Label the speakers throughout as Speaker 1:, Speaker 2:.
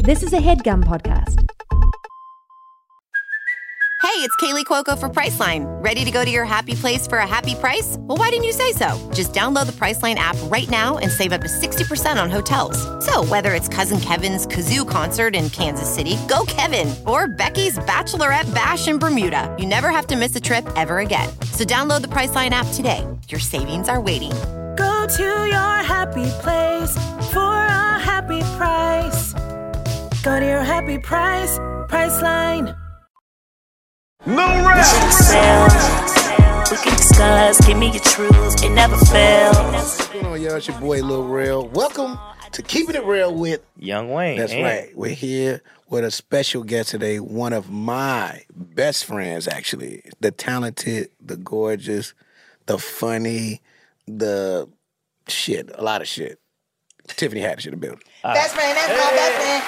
Speaker 1: This is a headgum podcast.
Speaker 2: Hey, it's Kaylee Cuoco for Priceline. Ready to go to your happy place for a happy price? Well, why didn't you say so? Just download the Priceline app right now and save up to 60% on hotels. So, whether it's Cousin Kevin's Kazoo concert in Kansas City, go Kevin, or Becky's Bachelorette Bash in Bermuda, you never have to miss a trip ever again. So, download the Priceline app today. Your savings are waiting.
Speaker 3: Go to your happy place for a happy price. Go to your happy price, Priceline.
Speaker 4: No
Speaker 5: We can
Speaker 4: rest.
Speaker 5: excel. We can discuss. Give me your truths. It never fails.
Speaker 6: What's going on, y'all? It's your boy Lil Rail. Welcome to Keeping It Real with.
Speaker 4: Young Wayne.
Speaker 6: That's
Speaker 4: eh?
Speaker 6: right. We're here with a special guest today, one of my best friends, actually. The talented, the gorgeous, the funny, the shit, a lot of shit. Tiffany Haddish in the building.
Speaker 7: Best friend, that's my best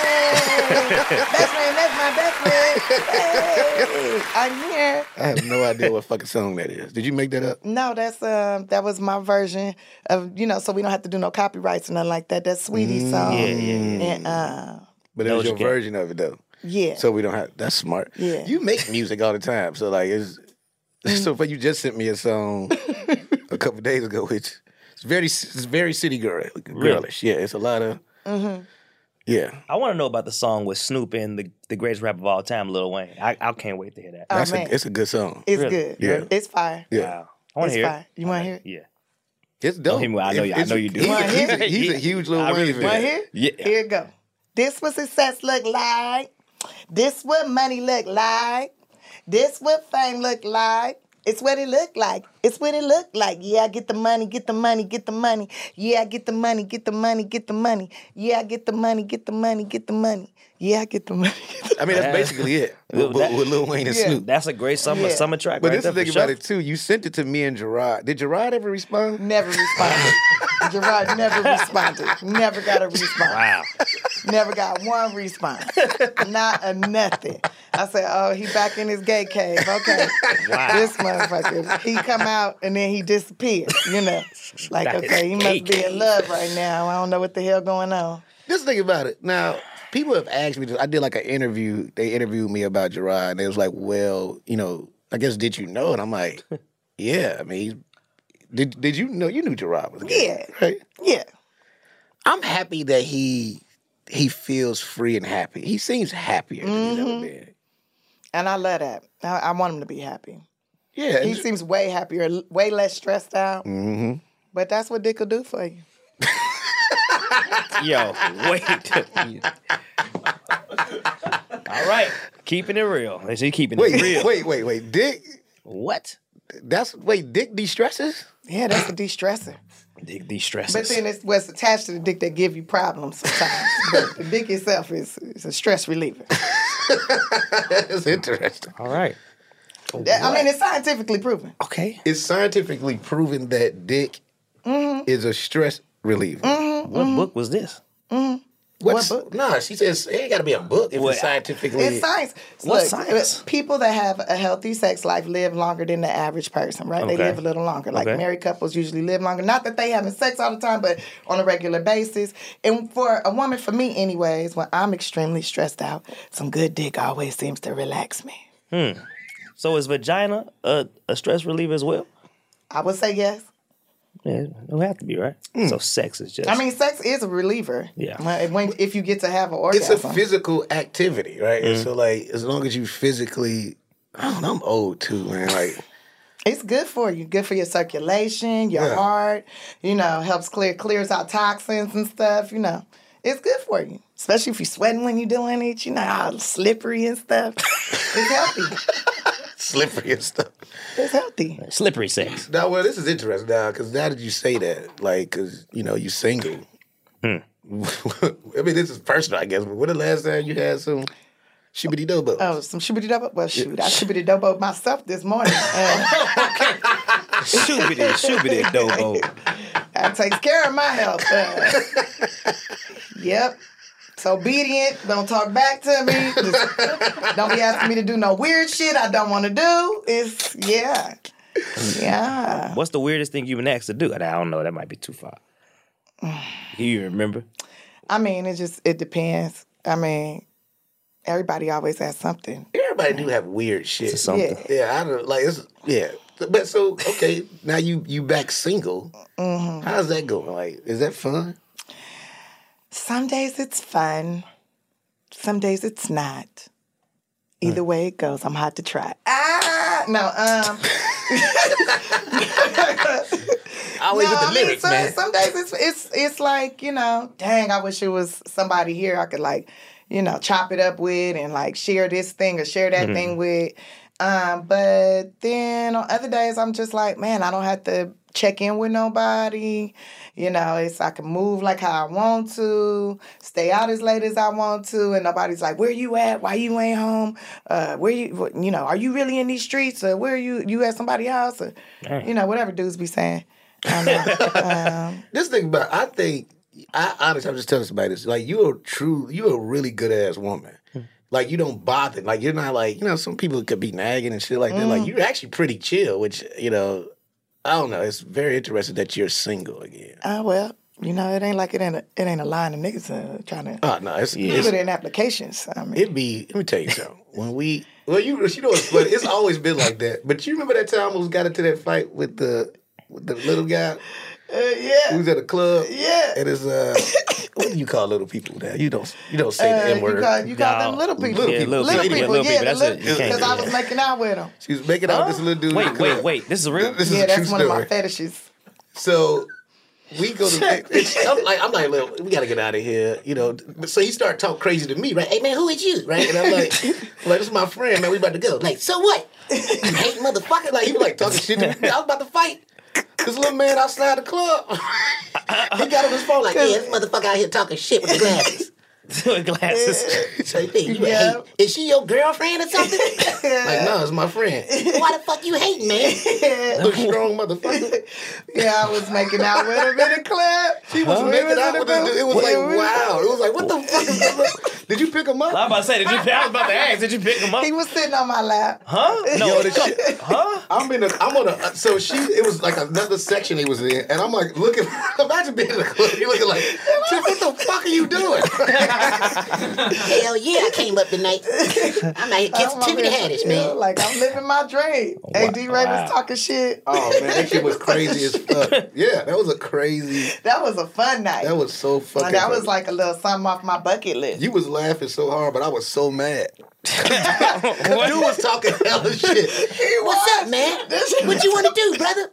Speaker 7: friend. Hey, best friend, that's my best friend. Hey, I'm here.
Speaker 6: I have no idea what fucking song that is. Did you make that up?
Speaker 7: No, that's um, that was my version of you know, so we don't have to do no copyrights or nothing like that. That's Sweetie song.
Speaker 4: Mm, Yeah, yeah, yeah.
Speaker 7: And uh,
Speaker 6: But it was
Speaker 4: you
Speaker 6: your
Speaker 4: can't.
Speaker 6: version of it though.
Speaker 7: yeah,
Speaker 6: So we don't have that's smart.
Speaker 7: Yeah. Mm.
Speaker 6: You make music all the time. So like it's so but you just sent me a song a couple days ago, which it's very it's very city girl girlish. Yeah, it's a lot of
Speaker 7: Mm-hmm.
Speaker 6: yeah.
Speaker 4: I want to know about the song with Snoop and the, the greatest rapper of all time, Lil Wayne. I, I can't wait to hear that.
Speaker 7: Oh,
Speaker 6: That's
Speaker 7: man.
Speaker 6: a it's a good song.
Speaker 7: it's
Speaker 4: really?
Speaker 7: good.
Speaker 6: Yeah.
Speaker 7: It's fire.
Speaker 6: yeah.
Speaker 4: Wow. I want
Speaker 7: It's
Speaker 4: to hear it.
Speaker 7: fine. You wanna hear it?
Speaker 4: Yeah.
Speaker 6: It's dope.
Speaker 4: hear me. I know you- I
Speaker 6: It's-
Speaker 4: know you do.
Speaker 6: He's,
Speaker 7: Wanna
Speaker 6: a, he's,
Speaker 7: hear
Speaker 6: a,
Speaker 4: it?
Speaker 6: he's a huge Lil
Speaker 4: I
Speaker 6: Wayne
Speaker 4: really
Speaker 6: fan.
Speaker 4: do.
Speaker 7: Wanna hear? it?
Speaker 4: Yeah.
Speaker 7: Here it go. This what success look like. This what money look like. This what fame look like. It's what it look like. It's what it look like. Yeah, I get the money, get the money, get the money. Yeah, I get the money, get the money, get the money. Yeah, I get the money, get the money, get the money. Yeah, I get the money. Get the
Speaker 6: I mean, that's basically it.
Speaker 4: Lil-
Speaker 6: with, with Lil Wayne and
Speaker 7: Yeah.
Speaker 6: Snoop.
Speaker 4: That's a great summer
Speaker 7: Yeah.
Speaker 4: summer track.
Speaker 6: But
Speaker 4: right
Speaker 6: this
Speaker 4: there
Speaker 6: is the
Speaker 4: for
Speaker 6: thing about
Speaker 4: sure.
Speaker 6: it too. You sent it to me and Gerard. Did Gerard ever respond?
Speaker 7: Never responded. Gerard never responded. Never got a response.
Speaker 4: Wow.
Speaker 7: Never got one response. Not a nothing. I said, oh, he back in his gay cave. Okay.
Speaker 4: Wow.
Speaker 7: This motherfucker. He come out and then he disappeared, you know. Like,
Speaker 4: That is
Speaker 7: okay,
Speaker 4: gay
Speaker 7: he must be
Speaker 4: cave.
Speaker 7: in love right now. I don't know what the hell going on.
Speaker 6: Just think about it. Now, people have asked me. I did like an interview. They interviewed me about Gerard, and they was like, "Well, you know, I guess did you know?" And I'm like, "Yeah, I mean, he's- did did you know? You knew Gerard was gay,
Speaker 7: Yeah.
Speaker 6: right?"
Speaker 7: Yeah.
Speaker 6: I'm happy that he he feels free and happy. He seems happier than he's ever been.
Speaker 7: And I love that. I, I want him to be happy.
Speaker 6: Yeah,
Speaker 7: He seems way happier, way less stressed out.
Speaker 6: hmm
Speaker 4: Mm-hmm.
Speaker 7: But that's what dick will do for you.
Speaker 4: Yo, wait. All right. Keeping it real. Is he keeping it real?
Speaker 6: Wait, wait, wait, wait. Dick,
Speaker 4: What?
Speaker 6: that's wait. Dick de-stresses.
Speaker 7: Yeah, that's a de-stressor.
Speaker 4: Dig these stresses.
Speaker 7: But then it's what's attached to the dick that give you problems sometimes. but the dick itself is, is a stress reliever.
Speaker 6: that's interesting.
Speaker 4: All right.
Speaker 7: That- I mean, it's scientifically proven.
Speaker 4: Okay.
Speaker 6: It's scientifically proven that dick is a stress reliever.
Speaker 4: What
Speaker 7: Mm-hmm.
Speaker 4: book was this?
Speaker 6: What's, what book? Nah, she says it ain't got to be a book if
Speaker 4: What?
Speaker 6: it's scientifically.
Speaker 7: It's science.
Speaker 4: What
Speaker 7: Look,
Speaker 4: science?
Speaker 7: People that have a healthy sex life live longer than the average person, right? They
Speaker 4: Okay.
Speaker 7: live a little longer. Like
Speaker 4: Okay.
Speaker 7: married couples usually live longer. Not that they having sex all the time, but on a regular basis. And for a woman, for me anyways, when I'm extremely stressed out, some good dick always seems to relax me.
Speaker 4: So is vagina a, a stress reliever as well?
Speaker 7: I would say yes.
Speaker 4: Yeah, it would have to be, right?
Speaker 6: Mm.
Speaker 4: So sex is just.
Speaker 7: I mean, sex is a reliever.
Speaker 4: Yeah.
Speaker 7: When- When, if you get to have an
Speaker 6: it's
Speaker 7: orgasm.
Speaker 6: a physical activity, right? And so, like, as long as you physically, I don't know, I'm old too, man. Like,
Speaker 7: It's good for you. Good for your circulation, your
Speaker 6: Yeah.
Speaker 7: heart. You know, helps clear clears out toxins and stuff. You know, it's good for you, especially if you're sweating when you're doing it. You know, all slippery and stuff. it's healthy.
Speaker 6: slippery and stuff.
Speaker 7: It's healthy.
Speaker 4: slippery sex.
Speaker 6: Now, well, this is interesting now because now that you say that, like, because you know you single. I mean, this is personal, I guess. But when the last time you had some shibbity dobo?
Speaker 7: Oh, some shibbity dobo. Well, shoot, I shibbity dobo myself this morning. Uh,
Speaker 4: Shoobity, shoobity, dobo.
Speaker 7: that takes care of my health. Uh, yep. It's obedient. Don't talk back to me. Just don't be asking me to do no weird shit I don't want to do. It's yeah. Yeah.
Speaker 4: What's the weirdest thing you've been asked to do? And I don't know. That might be too far. Can you remember?
Speaker 7: I mean, it just it depends. I mean, everybody always has something.
Speaker 6: Everybody do have weird shit.
Speaker 4: something.
Speaker 7: Yeah.
Speaker 6: Yeah, I don't like it's yeah. But so okay, now you you back single. How's that going? Like, is that fun?
Speaker 7: Some days it's fun. Some days it's not. Either way it goes, I'm hot to try. Ah, no, um,
Speaker 6: Always
Speaker 7: no,
Speaker 6: with the
Speaker 7: I mean,
Speaker 6: lyrics,
Speaker 7: some,
Speaker 6: man.
Speaker 7: some days it's it's it's like you know, dang, I wish it was somebody here I could like, you know, chop it up with and like share this thing or share that
Speaker 6: Mm-hmm.
Speaker 7: thing with. Um, but then on other days, I'm just like, man, I don't have to check in with nobody. You know, it's I can move like how I want to, stay out as late as I want to, and nobody's like, where you at? Why you ain't home? Uh, where you? what- You know, are you really in these streets? Or where you? You at somebody house? Or you know, whatever dudes be saying. I know. um,
Speaker 6: This thing about I think I honestly I'm just telling somebody this. Like you're a true you're a really good ass woman.
Speaker 7: Hmm.
Speaker 6: Like you don't bother. Like you're not like, you know, some people could be nagging and shit like that.
Speaker 7: Mm.
Speaker 6: Like you're actually pretty chill, which, you know, I don't know. It's very interesting that you're single again.
Speaker 7: oh well, you know, it ain't like it ain't a, it ain't a line of niggas uh, trying to
Speaker 6: Oh no, it's, it's
Speaker 7: put in applications. I mean,
Speaker 6: It'd be. Let me tell you something. When we, well, you, you know, it's funny. It's always been like that. But you remember that time I almost got into that fight with the with the little guy who
Speaker 7: uh, yeah,
Speaker 6: was at a club.
Speaker 7: Yeah.
Speaker 6: and it's uh, what do you call little people now? You don't you don't say
Speaker 7: Uh,
Speaker 6: the n
Speaker 7: you
Speaker 6: word.
Speaker 7: call, you call them
Speaker 4: No.
Speaker 7: little people.
Speaker 6: Little people.
Speaker 4: Yeah,
Speaker 7: Little
Speaker 4: people.
Speaker 7: people,
Speaker 4: Little
Speaker 7: yeah,
Speaker 4: people. That's it. You can't
Speaker 7: because
Speaker 4: do
Speaker 7: I
Speaker 4: that.
Speaker 7: was making out with them.
Speaker 6: She was making out with this little dude. in
Speaker 4: Wait,
Speaker 6: the club.
Speaker 4: wait, wait. This is real?
Speaker 6: This is
Speaker 7: Yeah,
Speaker 6: a true
Speaker 7: that's one
Speaker 6: story.
Speaker 7: of my fetishes.
Speaker 6: So we go to. it's- I'm like, I'm like, look, we gotta get out of here, you know. But so he started talking crazy to me, right? Hey man, who is you, right? And I'm like, I'm like this is my friend, man. We about to go. Like, so what? You hate motherfucker. Like he was like talking shit. To me. I was about to fight. This little man outside the club. he got on his phone like, yeah, this motherfucker out here talking shit with the glasses.
Speaker 4: Glasses.
Speaker 6: So you think you
Speaker 7: Yeah.
Speaker 6: hate? Is she your girlfriend or something? like, no, it's my friend. Why the fuck you hate, man? Little strong motherfucker.
Speaker 7: Yeah, I was making out with them in the club. She
Speaker 6: was making
Speaker 7: was
Speaker 6: out
Speaker 7: in
Speaker 6: with
Speaker 7: the
Speaker 6: this
Speaker 7: booth.
Speaker 6: dude. It was
Speaker 7: Yeah,
Speaker 6: like,
Speaker 7: we was-
Speaker 6: wow. It was like, what the fuck is this? Did you pick him
Speaker 4: I was
Speaker 6: up?
Speaker 4: about to say, did you, I was about to ask, did you pick him up?
Speaker 7: He was sitting on my lap.
Speaker 4: Huh? No,
Speaker 6: Yo, this shit-
Speaker 4: huh?
Speaker 6: I'm in a, I'm on a, so she, it was like another section they was in, and I'm like, looking, imagine being in a club, you're looking like, Tiff, what the fuck are you doing?
Speaker 8: Hell yeah, I came up tonight. I'm out here catching
Speaker 7: I'm over
Speaker 8: Tiffany
Speaker 7: here,
Speaker 8: Haddish,
Speaker 7: yeah,
Speaker 8: man.
Speaker 7: Like I'm living my dream. AD Ray
Speaker 4: wow.
Speaker 7: was talking shit.
Speaker 6: oh man, that shit was crazy as fuck. Yeah, that was a crazy,
Speaker 7: That was a fun night.
Speaker 6: that was so fucking
Speaker 7: And that was
Speaker 6: funny.
Speaker 7: like a little something off my bucket list.
Speaker 6: you was laughing so hard, but I was so mad. 'Cause dude was talking hella shit.
Speaker 8: What's up, man? What you want to do, brother?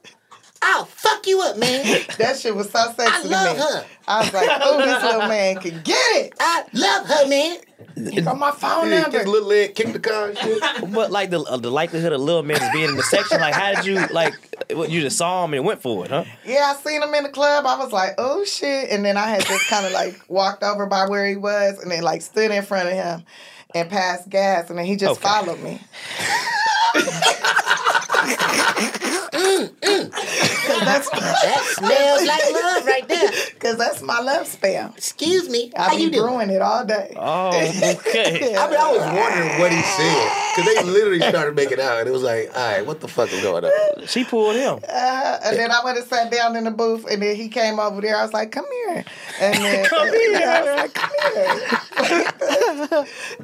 Speaker 8: I'll fuck you up, man.
Speaker 7: that shit was so sexy
Speaker 8: I
Speaker 7: to
Speaker 8: love
Speaker 7: me.
Speaker 8: her.
Speaker 7: I was like, oh, this little man can get it.
Speaker 8: I love her, man.
Speaker 7: From my phone
Speaker 6: Yeah,
Speaker 7: number.
Speaker 6: his little leg kicked the car and shit.
Speaker 4: But like the uh, the likelihood of little man being in the section, like how did you like what, you just saw him and went for it, huh?
Speaker 7: Yeah, I seen him in the club. I was like, oh shit. And then I had just kind of like walked over by where he was and then like stood in front of him and passed gas. And then he just
Speaker 4: Okay.
Speaker 7: followed me. Cause that's,
Speaker 8: That smells like love right there.
Speaker 7: Cause that's my love spell.
Speaker 8: Excuse me. How
Speaker 7: I be
Speaker 8: you doing?
Speaker 7: brewing it all day.
Speaker 4: Oh, okay.
Speaker 6: I mean, I was wondering what he said because they literally started making out, and it was like, all right, what the fuck is going on?
Speaker 4: She pulled him.
Speaker 7: Uh, And then I went and sat down in the booth, and then he came over there. I was like, "Come here," and then come here. I was like, "Come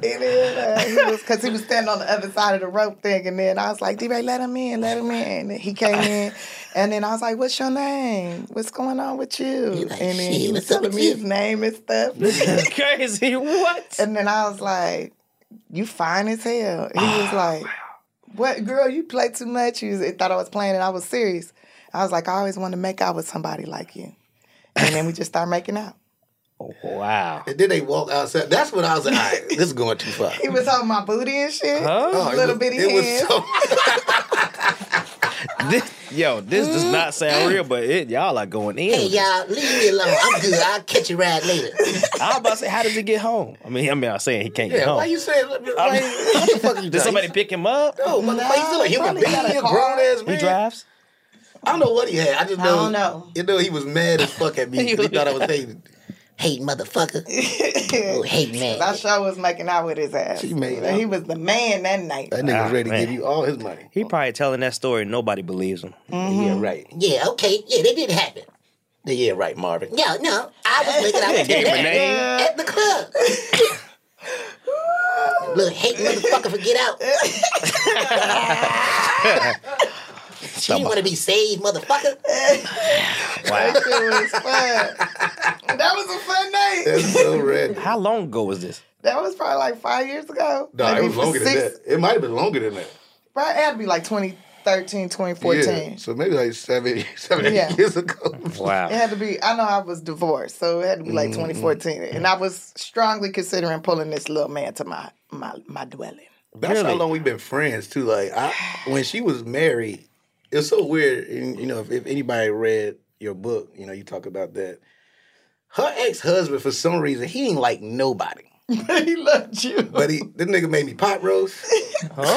Speaker 7: here." and then uh, he was because he was standing on the other side of the rope thing, and then I was like, "D-Ray, let him in, let him in." And then he came in, and then I was like, "What's your name? What's going on with you?"
Speaker 8: like,
Speaker 7: and then
Speaker 8: "Shit,
Speaker 7: he was
Speaker 8: what's up
Speaker 7: telling
Speaker 8: with
Speaker 7: me
Speaker 8: you?"
Speaker 7: his name and stuff,
Speaker 4: Crazy. What?
Speaker 7: and then I was like, "You fine as hell." He was like, "What, girl? You play too much." You they thought I was playing, and I was serious. I was like, "I always wanted to make out with somebody like you," and then we just started making out.
Speaker 4: Oh, Wow.
Speaker 6: And then they walk outside. That's when I was like, all right, this is going too far.
Speaker 7: He was holding my booty and shit,
Speaker 4: Huh?
Speaker 6: Oh, it
Speaker 7: little
Speaker 6: was-
Speaker 7: bitty
Speaker 6: It
Speaker 7: hands.
Speaker 6: was so.
Speaker 4: This, yo, this does not sound real, but it, y'all are going in.
Speaker 8: Hey, y'all, leave me alone. I'm good. I'll catch a ride later.
Speaker 4: I was about to say, how did he get home? I mean, I mean, I'm saying he can't get
Speaker 6: Yeah,
Speaker 4: home.
Speaker 6: why you saying? Like, what the fuck you doing?
Speaker 4: did somebody pick him up?
Speaker 6: No, motherfucker, you still a human
Speaker 7: Probably
Speaker 6: being,
Speaker 7: got a
Speaker 6: a
Speaker 7: car.
Speaker 6: grown ass
Speaker 4: He
Speaker 6: man.
Speaker 4: drives.
Speaker 6: I don't know what he had. I just know.
Speaker 7: don't know.
Speaker 6: You know, he was mad as fuck at me. 'cause he thought I was hating.
Speaker 8: Hate motherfucker. Oh, hate
Speaker 7: I
Speaker 8: man.
Speaker 7: sure was making out with his ass.
Speaker 6: She made
Speaker 7: And he
Speaker 6: out.
Speaker 7: was the man that night.
Speaker 6: That nigga was ready
Speaker 4: man.
Speaker 6: to give you all his money.
Speaker 4: He probably telling that story. and Nobody believes him.
Speaker 6: Yeah, right.
Speaker 8: Yeah, okay. Yeah, that did happen.
Speaker 9: Yeah, right, Marvin.
Speaker 8: Yo, no, I was looking. I was
Speaker 9: Gave him a
Speaker 8: looking
Speaker 9: name.
Speaker 8: at the club. Little hate motherfucker for get out. she want to be saved, motherfucker.
Speaker 4: Wow.
Speaker 7: That shit was fun. that was a fun night.
Speaker 6: That's so red.
Speaker 4: How long ago was this?
Speaker 7: That was probably like five years ago.
Speaker 6: No, it
Speaker 7: Maybe
Speaker 6: was
Speaker 7: for
Speaker 6: longer than
Speaker 7: six-
Speaker 6: that. It might have been longer than that.
Speaker 7: Probably it had to be like 2013, 2014.
Speaker 6: Yeah. So maybe like seven, seven, eight
Speaker 7: Yeah.
Speaker 6: years ago.
Speaker 7: It
Speaker 4: Wow.
Speaker 7: had to be. I know I was divorced, so it had to be like 2014, and I was strongly considering pulling this little man to my my my dwelling.
Speaker 6: That's how
Speaker 4: Really?
Speaker 6: long we've been friends too. Like I,
Speaker 9: When she was married,
Speaker 6: it was so weird.
Speaker 9: and, you know, if, if anybody read your book, you know, you talk about that. Her ex husband, for some reason, he ain't like nobody.
Speaker 7: he loved you.
Speaker 6: But he, this nigga made me pot roast, and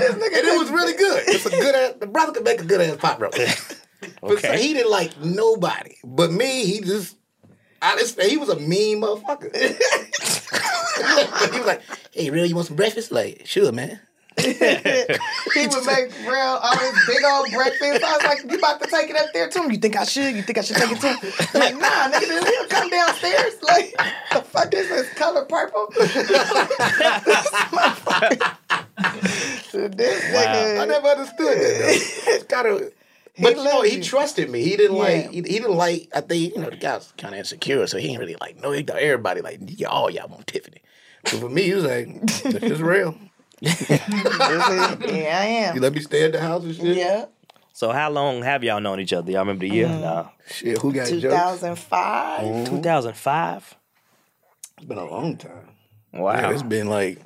Speaker 6: it was really good. It's a good ass. The brother could make a good ass pot roast.
Speaker 9: But so
Speaker 4: Okay.
Speaker 9: he didn't like nobody.
Speaker 6: But me, he just, I just, he was a mean motherfucker.
Speaker 9: He was like, "Hey, real, you want some breakfast?" Like, "Sure, man."
Speaker 7: He would make real all this big old breakfast. I was like, "You about to take it up there to him? You think I should? You think I should take it to him?" I'm like, nah, nigga, then he'll come downstairs. Like, the fuck is this color purple? this motherfucker. This
Speaker 6: I
Speaker 7: nigga.
Speaker 6: never understood that. Though. It's kind of. But you know,
Speaker 7: loved
Speaker 6: he
Speaker 7: you.
Speaker 6: trusted me. He didn't
Speaker 7: Yeah.
Speaker 6: like.
Speaker 9: He, he didn't like. I think you know the guy's kind of insecure, so he ain't really like. No, he thought everybody like y'all. Y'all want Tiffany, but for me, he was like, "This is real."
Speaker 7: Yeah, I
Speaker 6: He
Speaker 7: am.
Speaker 6: let me stay at the house and shit.
Speaker 7: Yeah.
Speaker 4: So how long have y'all known each other? Y'all remember the year? Nah.
Speaker 6: Shit, who got jokes?
Speaker 7: 2005.
Speaker 4: Oh. 2005?
Speaker 6: It's been a long time.
Speaker 4: Wow.
Speaker 6: Yeah, it's been like,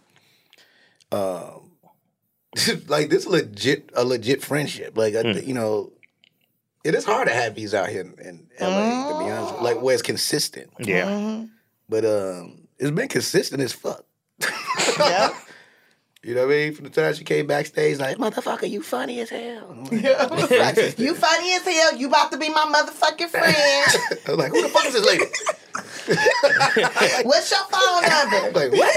Speaker 6: um, like this legit a legit friendship. Like I th- you know, it is hard to have these out here in, in LA. To be honest, like where it's consistent.
Speaker 4: yeah.
Speaker 6: But um, it's been consistent as fuck.
Speaker 7: Yeah.
Speaker 6: You know what I mean? From the time she came backstage, like motherfucker, you funny as hell. I'm like,
Speaker 7: I was like, you funny as hell. You about to be my motherfucking friend.
Speaker 6: I'm like, who the fuck is this lady?
Speaker 7: What's your phone
Speaker 6: I'm
Speaker 7: number?
Speaker 6: like, what?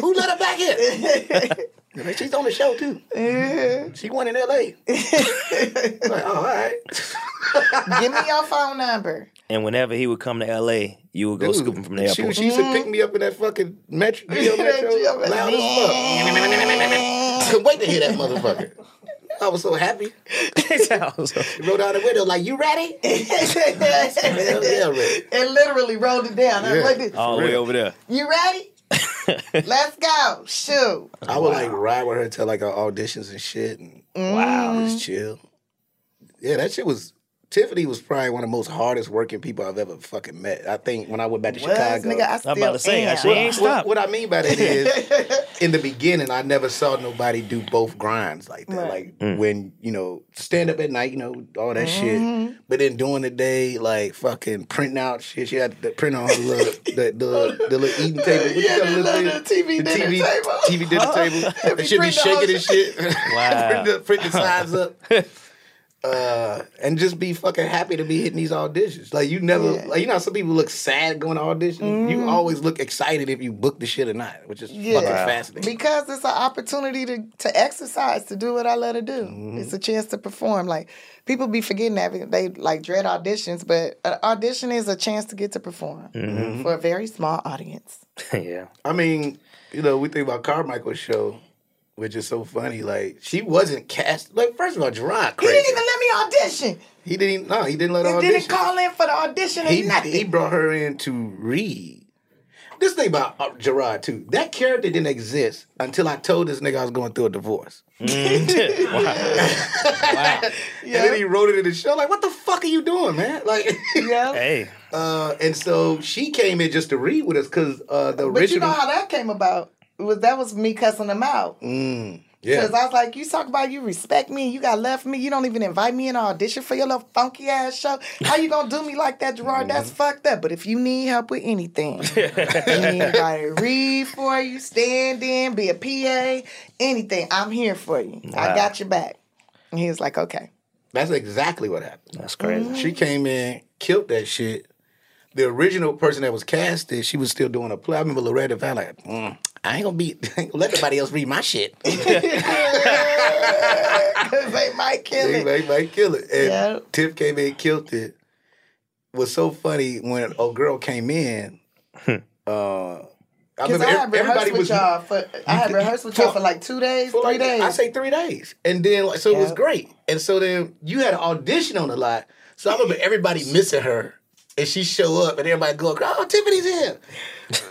Speaker 9: Who let her back here? Like, She's on the show too. She won in L.A.
Speaker 6: like, oh, all right.
Speaker 7: Give me your phone number.
Speaker 4: And whenever he would come to LA, you would go scoop him from the
Speaker 6: She,
Speaker 4: airport.
Speaker 6: she used to pick me up in that fucking metro, Geo metro loud as fuck. Couldn't wait to hear that motherfucker.
Speaker 9: I was so happy.
Speaker 6: She rolled out the window like, you ready? Hell yeah, ready.
Speaker 7: And literally rolled it down. I was
Speaker 6: Yeah.
Speaker 7: like this.
Speaker 4: All the way over there.
Speaker 7: You ready? Let's go. Shoot.
Speaker 6: I would like ride with her to like our auditions and shit. And wow, just chill. Yeah, that shit was. Tiffany was probably one of the most hardest working people I've ever fucking met. I think when I went back to
Speaker 7: Was,
Speaker 6: Chicago.
Speaker 7: nigga, I
Speaker 4: I'm about to
Speaker 7: still
Speaker 4: say,
Speaker 7: am.
Speaker 4: she ain't
Speaker 6: What,
Speaker 4: stopped.
Speaker 6: what I mean by that is, in the beginning, I never saw nobody do both grinds like that.
Speaker 7: Right.
Speaker 6: Like when you know, stand up at night, you know, all that
Speaker 7: Mm-hmm.
Speaker 6: shit. But then during the day, like fucking printing out shit. She had to print on her little the, the, the little eating table. What you
Speaker 7: Yeah,
Speaker 6: call
Speaker 7: the
Speaker 6: it,
Speaker 7: little
Speaker 6: thing?
Speaker 7: TV
Speaker 6: The
Speaker 7: dinner
Speaker 6: TV,
Speaker 7: table.
Speaker 6: TV dinner table. They should be
Speaker 7: print the
Speaker 6: shaking
Speaker 7: whole
Speaker 6: and shit.
Speaker 4: Wow.
Speaker 6: print, the, print the sides up. Uh, and just be fucking happy to be hitting these auditions. Like you never, like you know, how some people look sad going to audition. You always look excited if you book the shit or not, which is
Speaker 7: Mm-hmm. Yeah.
Speaker 6: fucking
Speaker 7: Wow.
Speaker 6: fascinating.
Speaker 7: Because it's an opportunity to, to exercise, to do what I love to do.
Speaker 6: Mm-hmm.
Speaker 7: It's a chance to perform. Like people be forgetting that they like dread auditions, but an audition is a chance to get to perform
Speaker 6: Mm-hmm.
Speaker 7: for a very small audience.
Speaker 4: yeah.
Speaker 6: I mean, you know, we think about Carmichael's show, which is so funny. Like she wasn't cast. Like first of all, Gerard
Speaker 7: He
Speaker 6: crazy.
Speaker 7: didn't even let me audition.
Speaker 6: He didn't. No, he didn't let her
Speaker 7: He
Speaker 6: audition.
Speaker 7: didn't call in for the audition or
Speaker 6: he,
Speaker 7: nothing.
Speaker 6: he brought her in to read. This thing about uh, Gerard too. That character didn't exist until I told this nigga I was going through a divorce. And then he wrote it in the show. Like, what the fuck are you doing, man? Like,
Speaker 7: yeah.
Speaker 4: Hey.
Speaker 6: uh, and so she came in just to read with us because uh, the
Speaker 7: But you
Speaker 6: original.
Speaker 7: know how that came about? It was that was me cussing him out because
Speaker 6: yeah.
Speaker 7: I was like, "You talk about you respect me, you got love for me, you don't even invite me in an audition for your little funky ass show. How you gonna do me like that, Gerard?
Speaker 6: Mm-hmm.
Speaker 7: That's fucked up. But if you need help with anything, anybody read for you, stand in, be a PA, anything, I'm here for you. I got your back." And he was like, "Okay,
Speaker 6: That's exactly what happened.
Speaker 4: That's crazy.
Speaker 6: She came in, killed that shit. The original person that was casted, she was still doing a play. I remember Loretta Van like, mm, I ain't gonna be, I ain't gonna let nobody else read my shit.
Speaker 7: Because they might kill
Speaker 6: They
Speaker 7: it.
Speaker 6: might, might kill it. And
Speaker 7: Yeah.
Speaker 6: Tiff came in, killed it. What's so funny when a girl came in, uh, I
Speaker 7: Because
Speaker 6: remember
Speaker 7: I
Speaker 6: ev-
Speaker 7: had rehearsed
Speaker 6: everybody
Speaker 7: with
Speaker 6: was
Speaker 7: y'all for I had rehearsed with y'all
Speaker 6: for-
Speaker 7: for like two days,
Speaker 6: for
Speaker 7: three
Speaker 6: like,
Speaker 7: days.
Speaker 6: I say three days, and then like so it was
Speaker 7: Yeah.
Speaker 6: great. And so then you had an audition on the lot. So I remember everybody missing her, and she show up, and everybody going, "Oh, Tiffany's here!"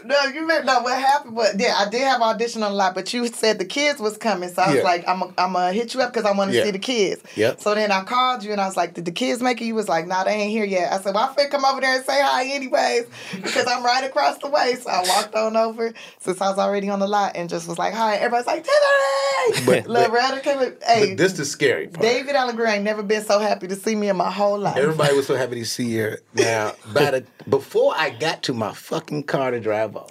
Speaker 7: No, you remember no, what happened? But yeah, I did have audition on a lot, but you said the kids was coming, so I
Speaker 6: Yeah.
Speaker 7: was like, I'm gonna hit you up because I want to
Speaker 6: Yeah.
Speaker 7: see the kids.
Speaker 6: Yep.
Speaker 7: So then I called you and I was like, Did the kids make it? You was like, Nah, they ain't here yet. I said, Well, I finna come over there and say hi anyways because I'm right across the way. So I walked on over since I was already on the lot and just was like, Hi. Everybody's like, Tiffany.
Speaker 6: But-
Speaker 7: Lil
Speaker 6: but-
Speaker 7: Rather came. in- Hey,
Speaker 6: But this is the scary part.
Speaker 7: David Allen Greer ain't never been so happy to see me in my whole life.
Speaker 6: Everybody was so happy to see her. Now, by the, before I got to my fucking car to drive off,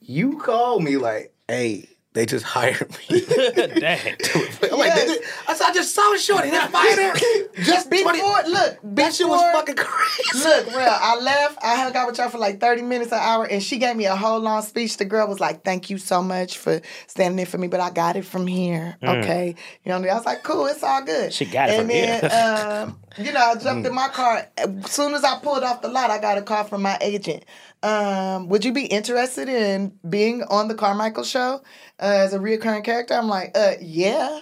Speaker 6: you called me like, "Hey, they just hired me."
Speaker 4: Dang.
Speaker 6: I'm like,
Speaker 7: Yes.
Speaker 6: "They just-" I said, "I just saw Shorty. That fighter just
Speaker 7: Before,
Speaker 6: 20
Speaker 7: look,
Speaker 6: That shit was
Speaker 7: before-
Speaker 6: fucking crazy.
Speaker 7: Look, real. I left. I hung out with y'all for like thirty minutes, an hour, and she gave me a whole long speech. The girl was like, "Thank you so much for standing in for me, but I got it from here." Okay, you know. what I mean? I was like, "Cool, it's all good."
Speaker 4: Mm. She got it
Speaker 7: and
Speaker 4: from
Speaker 7: then,
Speaker 4: here. Mm.
Speaker 7: um, you know, I jumped in my car. As soon as I pulled off the lot, I got a call from my agent. Um, would you be interested in being on the Carmichael show uh, as a reoccurring character? I'm like, uh, yeah,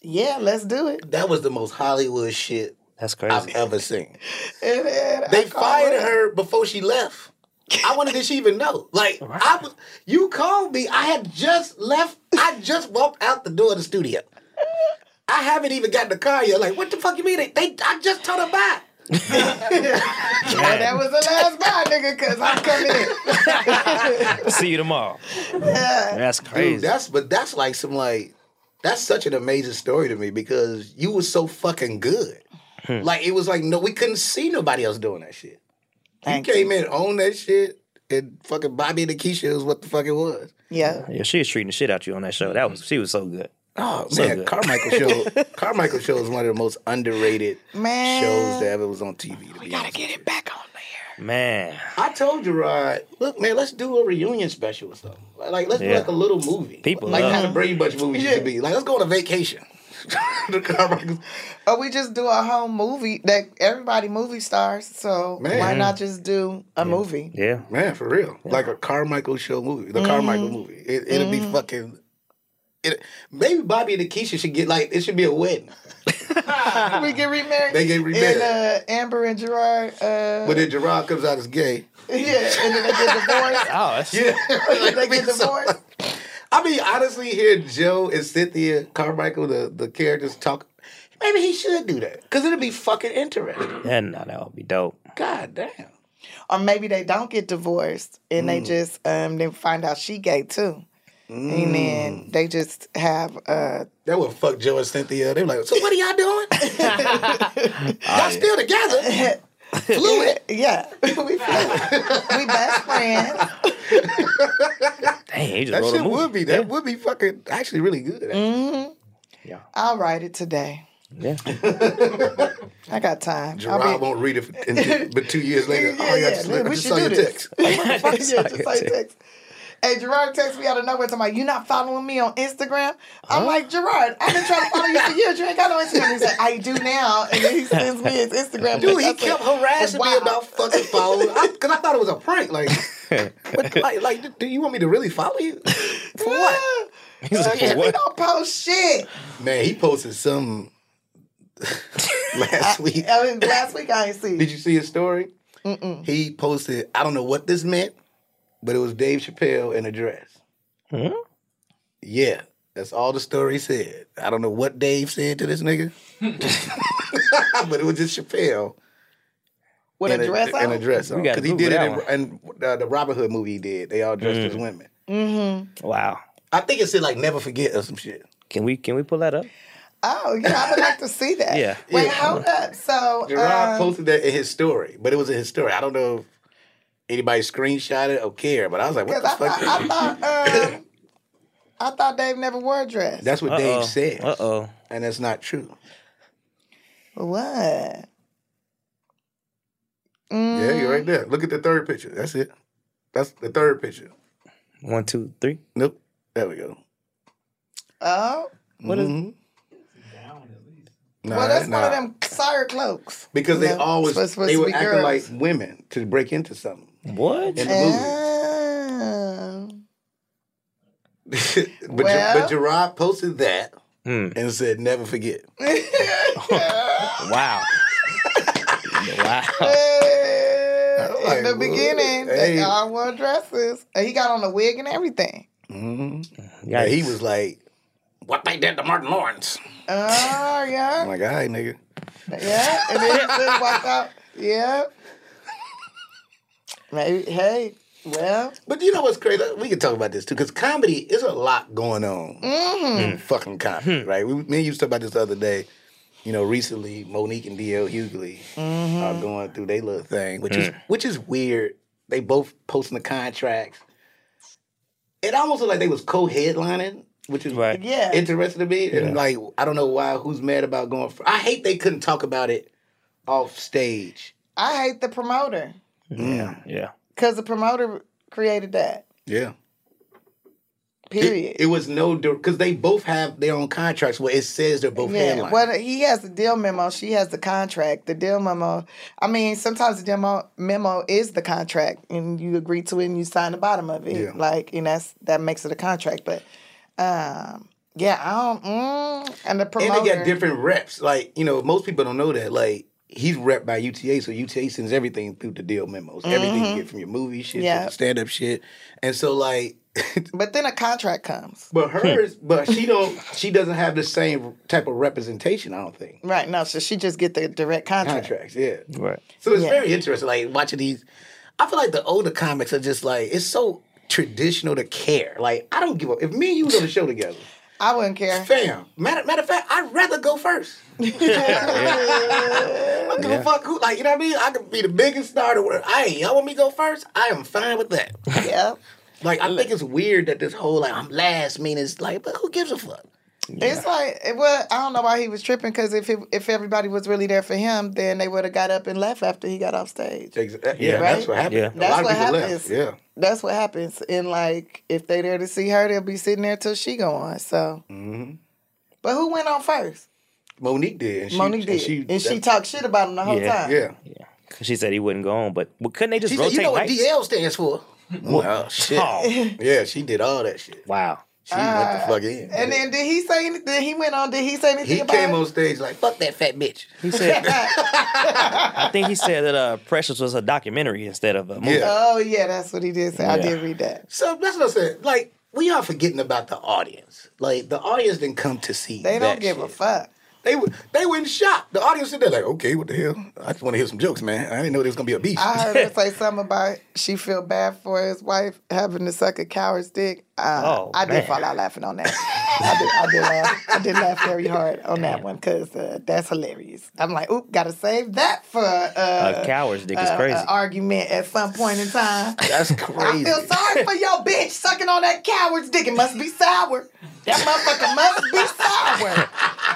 Speaker 7: yeah, let's do it.
Speaker 6: That was the most Hollywood shit
Speaker 4: That's
Speaker 6: I've
Speaker 4: crazy.
Speaker 6: ever seen.
Speaker 7: And then I
Speaker 6: They
Speaker 7: called
Speaker 6: fired
Speaker 7: her.
Speaker 6: her before she left. I wonder did she even know? Like I was, you called me. I had just left. I just walked out the door of the studio. I haven't even gotten the car yet. Like what the fuck you mean? They, they I just told her bye.
Speaker 7: Oh, that was the last bye, nigga, because I'm coming in.
Speaker 4: See you tomorrow. That's crazy.
Speaker 6: Dude, that's but that's like some like that's such an amazing story to me because you was so fucking good. like it was like no, we couldn't see nobody else doing that shit.
Speaker 7: Thank
Speaker 6: you came in on that shit, and fucking Bobby and Akeisha is what the fuck it was.
Speaker 7: Yeah.
Speaker 4: yeah, she was treating the shit out you on that show. That was she was so good.
Speaker 6: Oh
Speaker 4: So
Speaker 6: man,
Speaker 4: good.
Speaker 6: Carmichael show. Carmichael show is one of the most underrated
Speaker 7: Man.
Speaker 6: shows that ever was on TV. To be honest,
Speaker 7: Get it back on there.
Speaker 4: Man.
Speaker 6: I told you, Rod. Look, man, let's do a reunion special or something. Like, like, let's do
Speaker 4: Yeah.
Speaker 6: like a little movie.
Speaker 4: People
Speaker 6: like
Speaker 4: love
Speaker 6: how
Speaker 4: it.
Speaker 6: the Brady Bunch movies used to be. Like, let's go on a vacation. the Carmichael.
Speaker 7: Or Oh, we just do a whole movie that everybody movie stars, so
Speaker 6: Man.
Speaker 7: why not just do a movie?
Speaker 4: Yeah.
Speaker 6: Man, for real. Like a Carmichael show movie. The Carmichael
Speaker 7: Mm-hmm.
Speaker 6: movie. It, it'll be fucking. It, maybe Bobby and Akeisha should get like it should be a wedding.
Speaker 7: we get remarried.
Speaker 6: They get remarried.
Speaker 7: And uh, Amber and Gerard. Uh,
Speaker 6: But then Gerard comes out as gay.
Speaker 7: yeah, and then they get divorced.
Speaker 4: Oh, that's
Speaker 6: Yeah,
Speaker 7: they get divorced.
Speaker 6: I mean, honestly, hearing Joe and Cynthia Carmichael, the, the characters talk, maybe he should do that because it'll be fucking interesting.
Speaker 4: yeah, no, that would be dope.
Speaker 6: God damn.
Speaker 7: Or maybe they don't get divorced and
Speaker 6: Mm.
Speaker 7: they just um then find out she gay too. And
Speaker 6: Mm.
Speaker 7: then they just have uh
Speaker 6: That would fuck Joe and Cynthia. They're like, so what are y'all doing? y'all still together? Fluid.
Speaker 7: yeah. we flew. we best friends.
Speaker 4: Dang, he just
Speaker 6: That
Speaker 4: wrote a
Speaker 6: shit
Speaker 4: movie.
Speaker 6: would be that would be fucking actually really good. actually.
Speaker 7: I'll write it today.
Speaker 4: Yeah.
Speaker 7: I got time. I'll
Speaker 6: Gerard
Speaker 7: be,
Speaker 6: won't read it, for, in two- but two years later,
Speaker 7: Yeah,
Speaker 6: oh, yeah,
Speaker 7: yeah,
Speaker 6: just,
Speaker 7: man,
Speaker 6: look, I
Speaker 7: we
Speaker 6: just
Speaker 7: should
Speaker 6: saw
Speaker 7: do
Speaker 6: your
Speaker 7: this.
Speaker 6: text.
Speaker 7: yeah, just like text. Hey, Gerard texts me out of nowhere talking about, you not following me on Instagram? I'm like, Gerard, I've been trying to follow you for years. You ain't got no Instagram. He's like, I do now. And then he sends me his Instagram.
Speaker 6: Dude, he
Speaker 7: I said,
Speaker 6: kept harassing me
Speaker 7: wow.
Speaker 6: about fucking following. Because I, thought it was a prank. Like, what, like, like, do you want me to really follow you? For what?
Speaker 4: He's like,
Speaker 7: Yeah, we
Speaker 4: what?
Speaker 7: don't post shit.
Speaker 6: Man, he posted some last week.
Speaker 7: I mean, last week I ain't see.
Speaker 6: Did you see his story? He posted, I don't know what this meant, but it was Dave Chappelle in a dress.
Speaker 4: Hmm?
Speaker 6: Yeah, that's all the story said. I don't know what Dave said to this nigga, but it was just Chappelle
Speaker 7: With a
Speaker 6: in
Speaker 7: dress
Speaker 6: in
Speaker 7: on?
Speaker 6: a dress on.
Speaker 4: gotta
Speaker 6: Because he
Speaker 4: Google
Speaker 6: did it
Speaker 4: that
Speaker 6: in, in uh, the Robin Hood movie. He did. They all dressed as women.
Speaker 7: Mm-hmm.
Speaker 4: Wow.
Speaker 6: I think it said like never forget or some shit.
Speaker 4: Can we can we pull that up?
Speaker 7: Oh, yeah, I would like to see that.
Speaker 4: Yeah.
Speaker 7: Wait,
Speaker 6: Yeah.
Speaker 7: hold up. So,
Speaker 6: Gerard
Speaker 7: um,
Speaker 6: posted that in his story, but it was in his story. I don't know if anybody screenshot it or care, but I was like, what the
Speaker 7: Because I
Speaker 6: fuck?
Speaker 7: thought, I thought, um, I thought Dave never wore a dress.
Speaker 6: that's what
Speaker 4: Uh-oh.
Speaker 6: Dave said.
Speaker 4: Uh oh.
Speaker 6: And that's not true.
Speaker 7: what? Mm, Mm-hmm.
Speaker 6: Yeah, you're right there. Look at the third picture. That's it. That's the third picture.
Speaker 4: One, two, three.
Speaker 6: Nope. There we go.
Speaker 7: Oh, What is?
Speaker 6: Nah,
Speaker 7: Well, that's
Speaker 6: Mm-hmm. nah.
Speaker 7: one of them sire cloaks.
Speaker 6: Because they
Speaker 7: No,
Speaker 6: always
Speaker 7: supposed- supposed
Speaker 6: they
Speaker 7: to
Speaker 6: were
Speaker 7: be
Speaker 6: acting
Speaker 7: girls.
Speaker 6: like women to break into something
Speaker 4: What?
Speaker 6: in the movie.
Speaker 7: Ah.
Speaker 6: but, Ge-
Speaker 7: well.
Speaker 6: but Gerard posted that and said, "Never forget."
Speaker 4: Wow. wow.
Speaker 7: Hey,
Speaker 6: Oh. like,
Speaker 7: in the
Speaker 6: what?
Speaker 7: beginning, they
Speaker 6: Hey.
Speaker 7: all wore dresses. And he got on a wig and everything.
Speaker 4: Yeah,
Speaker 6: And he was like, "What they did to Martin Lawrence?"
Speaker 7: Oh,
Speaker 6: I'm
Speaker 7: yeah.
Speaker 6: like, "All right, nigga."
Speaker 7: Yeah. And then he just walked out. Yeah. Maybe, hey, well,
Speaker 6: But you know what's crazy? We can talk about this too, because comedy is a lot going on. In fucking
Speaker 4: Hmm.
Speaker 6: comedy, right? We, me and you was talking about this the other day. You know, recently Monique and DL Hughley are going through their little thing, which
Speaker 4: Hmm.
Speaker 6: is which is weird. They both posting the contracts. It almost looked like they was co-headlining, which is
Speaker 4: Right.
Speaker 7: Yeah.
Speaker 6: interesting to me. And like, I don't know why. Who's mad about going? For, I hate they couldn't talk about it off stage. Mm.
Speaker 7: I hate the promoter
Speaker 4: yeah.
Speaker 7: because the promoter created that.
Speaker 6: Yeah.
Speaker 7: Period.
Speaker 6: It, it was no because they both have their own contracts where it says they're both
Speaker 7: yeah,
Speaker 6: headliners.
Speaker 7: well, he has the deal memo. She has the contract. The deal memo. I mean, sometimes the demo memo is the contract, and you agree to it, and you sign the bottom of it.
Speaker 6: Yeah.
Speaker 7: Like, and that's that makes it a contract. But, um, yeah, I don't. Mm, and the
Speaker 6: and
Speaker 7: promoter.
Speaker 6: they got different reps. Like you know, most people don't know that. Like he's rep by UTA, so UTA sends everything through the deal memos, everything you get from your movie shit,
Speaker 7: Mm-hmm. Yeah.
Speaker 6: stand up shit, and so like.
Speaker 7: but then a contract comes.
Speaker 6: But hers, but she don't. She doesn't have the same type of representation. I don't think
Speaker 7: Right. No. So she just get the direct contract.
Speaker 6: contracts. Yeah,
Speaker 4: Right.
Speaker 6: So it's
Speaker 7: Yeah.
Speaker 6: very interesting, like watching these. I feel like the older comics are just like it's so traditional to care. Like I don't give up. If me and you was on the show together,
Speaker 7: I wouldn't care.
Speaker 6: fam. Matter, matter of fact, I'd rather go first. I don't give a fuck who. Like you know what I mean? I could be the biggest star to world. Hey, y'all want me to go first? I am fine with that.
Speaker 7: yeah.
Speaker 6: Like I think it's weird that this whole like I'm last means like, but who gives a fuck?
Speaker 7: It's like it was. I don't know why he was tripping because if it, if everybody was really there for him, then they would have got up and left after he got off stage.
Speaker 6: Exactly.
Speaker 4: Yeah,
Speaker 7: that's
Speaker 6: what happened.
Speaker 4: Yeah.
Speaker 6: A
Speaker 7: That's
Speaker 6: lot of
Speaker 7: what
Speaker 6: people left.
Speaker 7: happens.
Speaker 6: Yeah.
Speaker 7: That's what happens. And like if they there to see her, they'll be sitting there till she go on. So,
Speaker 6: Mm-hmm.
Speaker 7: but who went on first?
Speaker 6: Monique did. And she,
Speaker 7: Monique did,
Speaker 6: And she,
Speaker 7: and she
Speaker 6: that-
Speaker 7: talked shit about him the whole
Speaker 4: Yeah.
Speaker 7: time.
Speaker 6: Yeah.
Speaker 4: Yeah. 'Cause She said he wouldn't go on, but well, couldn't they just
Speaker 6: She said,
Speaker 4: rotate
Speaker 6: "You know what
Speaker 4: nights?
Speaker 6: DL stands for?" Oh shit!
Speaker 4: Oh.
Speaker 6: Yeah, she did all that shit.
Speaker 4: Wow.
Speaker 6: She went the fuck in.
Speaker 7: Uh, And then did he say anything? He went on. Did he say anything
Speaker 6: he
Speaker 7: about?
Speaker 6: came
Speaker 7: it?
Speaker 6: on stage like, "Fuck that fat bitch."
Speaker 4: He said. I think he said that uh, Precious was a documentary instead of a movie.
Speaker 6: Yeah.
Speaker 7: Oh yeah, that's what he did say. I
Speaker 4: Yeah.
Speaker 7: did read that.
Speaker 6: So that's what I said. Like we are forgetting about the audience. Like the audience didn't come to see.
Speaker 7: They don't
Speaker 6: that
Speaker 7: give
Speaker 6: shit.
Speaker 7: a fuck.
Speaker 6: They were they were in shock. The audience sit there like, "Okay, what the hell? I just want to hear some jokes, man. I didn't know there was gonna be a beef."
Speaker 7: I heard her say something about she feel bad for his wife having to suck a coward's dick. Uh,
Speaker 4: Oh,
Speaker 7: I
Speaker 4: man.
Speaker 7: did fall out laughing on that. I did, I did, laugh, I did laugh very hard on that one because uh, that's hilarious. I'm like, oop, gotta save that for uh,
Speaker 4: A coward's dick is
Speaker 7: uh,
Speaker 4: crazy.
Speaker 7: an argument at some point in time.
Speaker 6: that's
Speaker 7: I
Speaker 6: crazy.
Speaker 7: feel sorry for your bitch sucking on that coward's dick. It must be sour. That motherfucker must be sour.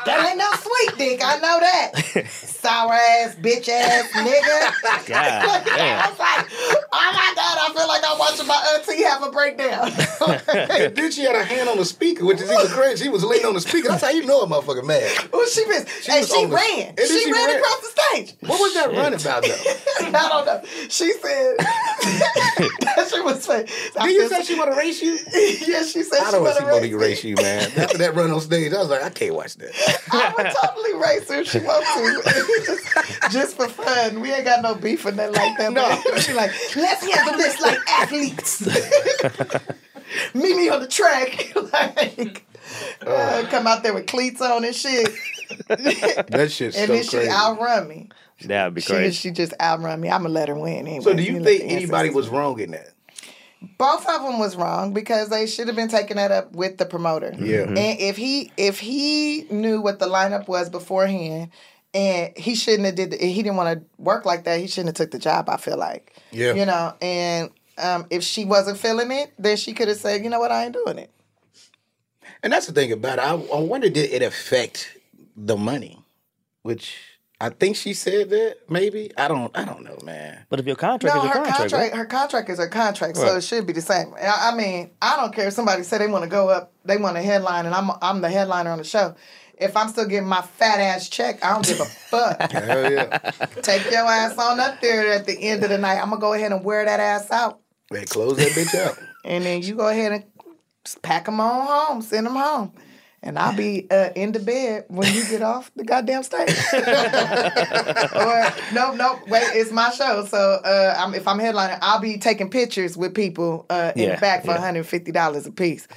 Speaker 7: That ain't no sweet dick. I know that. Sour ass, bitch ass nigga.
Speaker 4: God
Speaker 7: I
Speaker 4: damn.
Speaker 7: was like, oh my God, I feel like I'm watching my auntie have a breakdown.
Speaker 6: Hey, then she had her hand on the speaker, which is even crazy. She was leaning on the speaker. That's how you know a motherfucker mad.
Speaker 7: oh, she missed. Hey,
Speaker 6: was
Speaker 7: she
Speaker 6: on the-
Speaker 7: ran.
Speaker 6: and then
Speaker 7: she,
Speaker 6: she
Speaker 7: ran,
Speaker 6: ran.
Speaker 7: across the stage.
Speaker 6: What was that run about though?
Speaker 7: I don't know. She said that she was funny. I
Speaker 6: Did you
Speaker 7: feel
Speaker 6: say
Speaker 7: so-
Speaker 6: she want to race you?
Speaker 7: yeah, she said
Speaker 6: I
Speaker 7: she
Speaker 6: don't want to see
Speaker 7: wanna
Speaker 6: Monique
Speaker 7: race me.
Speaker 6: race you, man. After that run on stage, I was like, I can't watch that.
Speaker 7: I would totally race her if she wants to. just, just for fun. We ain't got no beef or nothing like that. No. she like, let's handle this like athletes. Meet me on the track. like, uh, come out there with cleats on and shit.
Speaker 6: That shit's
Speaker 7: And
Speaker 6: so
Speaker 7: then she
Speaker 6: crazy.
Speaker 7: outrun me.
Speaker 4: That would be
Speaker 7: She,
Speaker 4: crazy.
Speaker 7: she just outrun me. I'm going to let her win anyway.
Speaker 6: so do you
Speaker 7: let
Speaker 6: think
Speaker 7: the answers-
Speaker 6: anybody was wrong in that?
Speaker 7: both of them was wrong because they should have been taking that up with the promoter.
Speaker 6: Yeah. Mhm.
Speaker 7: And if he if he knew what the lineup was beforehand, and he shouldn't have did the, he didn't want to work like that. He shouldn't have took the job. I feel like.
Speaker 6: Yeah.
Speaker 7: You know, and um, if she wasn't feeling it, then she could have said, you know what, I ain't doing it.
Speaker 6: And that's the thing about it. I, I wonder did it affect the money, which I think she said that. Maybe I don't. I don't know, man.
Speaker 4: But if your contract
Speaker 7: No,
Speaker 4: is
Speaker 7: her
Speaker 4: your
Speaker 7: contract,
Speaker 4: contract, right?
Speaker 7: her contract is her contract, so
Speaker 4: Right.
Speaker 7: it should be the same. And I, I mean, I don't care if somebody said they want to go up, they want a headline, and I'm I'm the headliner on the show. If I'm still getting my fat ass check, I don't give a fuck.
Speaker 6: Hell yeah.
Speaker 7: Take your ass on up there at the end of the night. I'm gonna go ahead and wear that ass out,
Speaker 6: Man, close that bitch out.
Speaker 7: and then you go ahead and just pack them on home, send them home, and I'll be uh, in the bed when you get off the goddamn stage. or no, no, wait, it's my show, so uh, I'm, if I'm headlining, I'll be taking pictures with people uh, in
Speaker 4: Yeah,
Speaker 7: the back for
Speaker 4: yeah.
Speaker 7: $150 a piece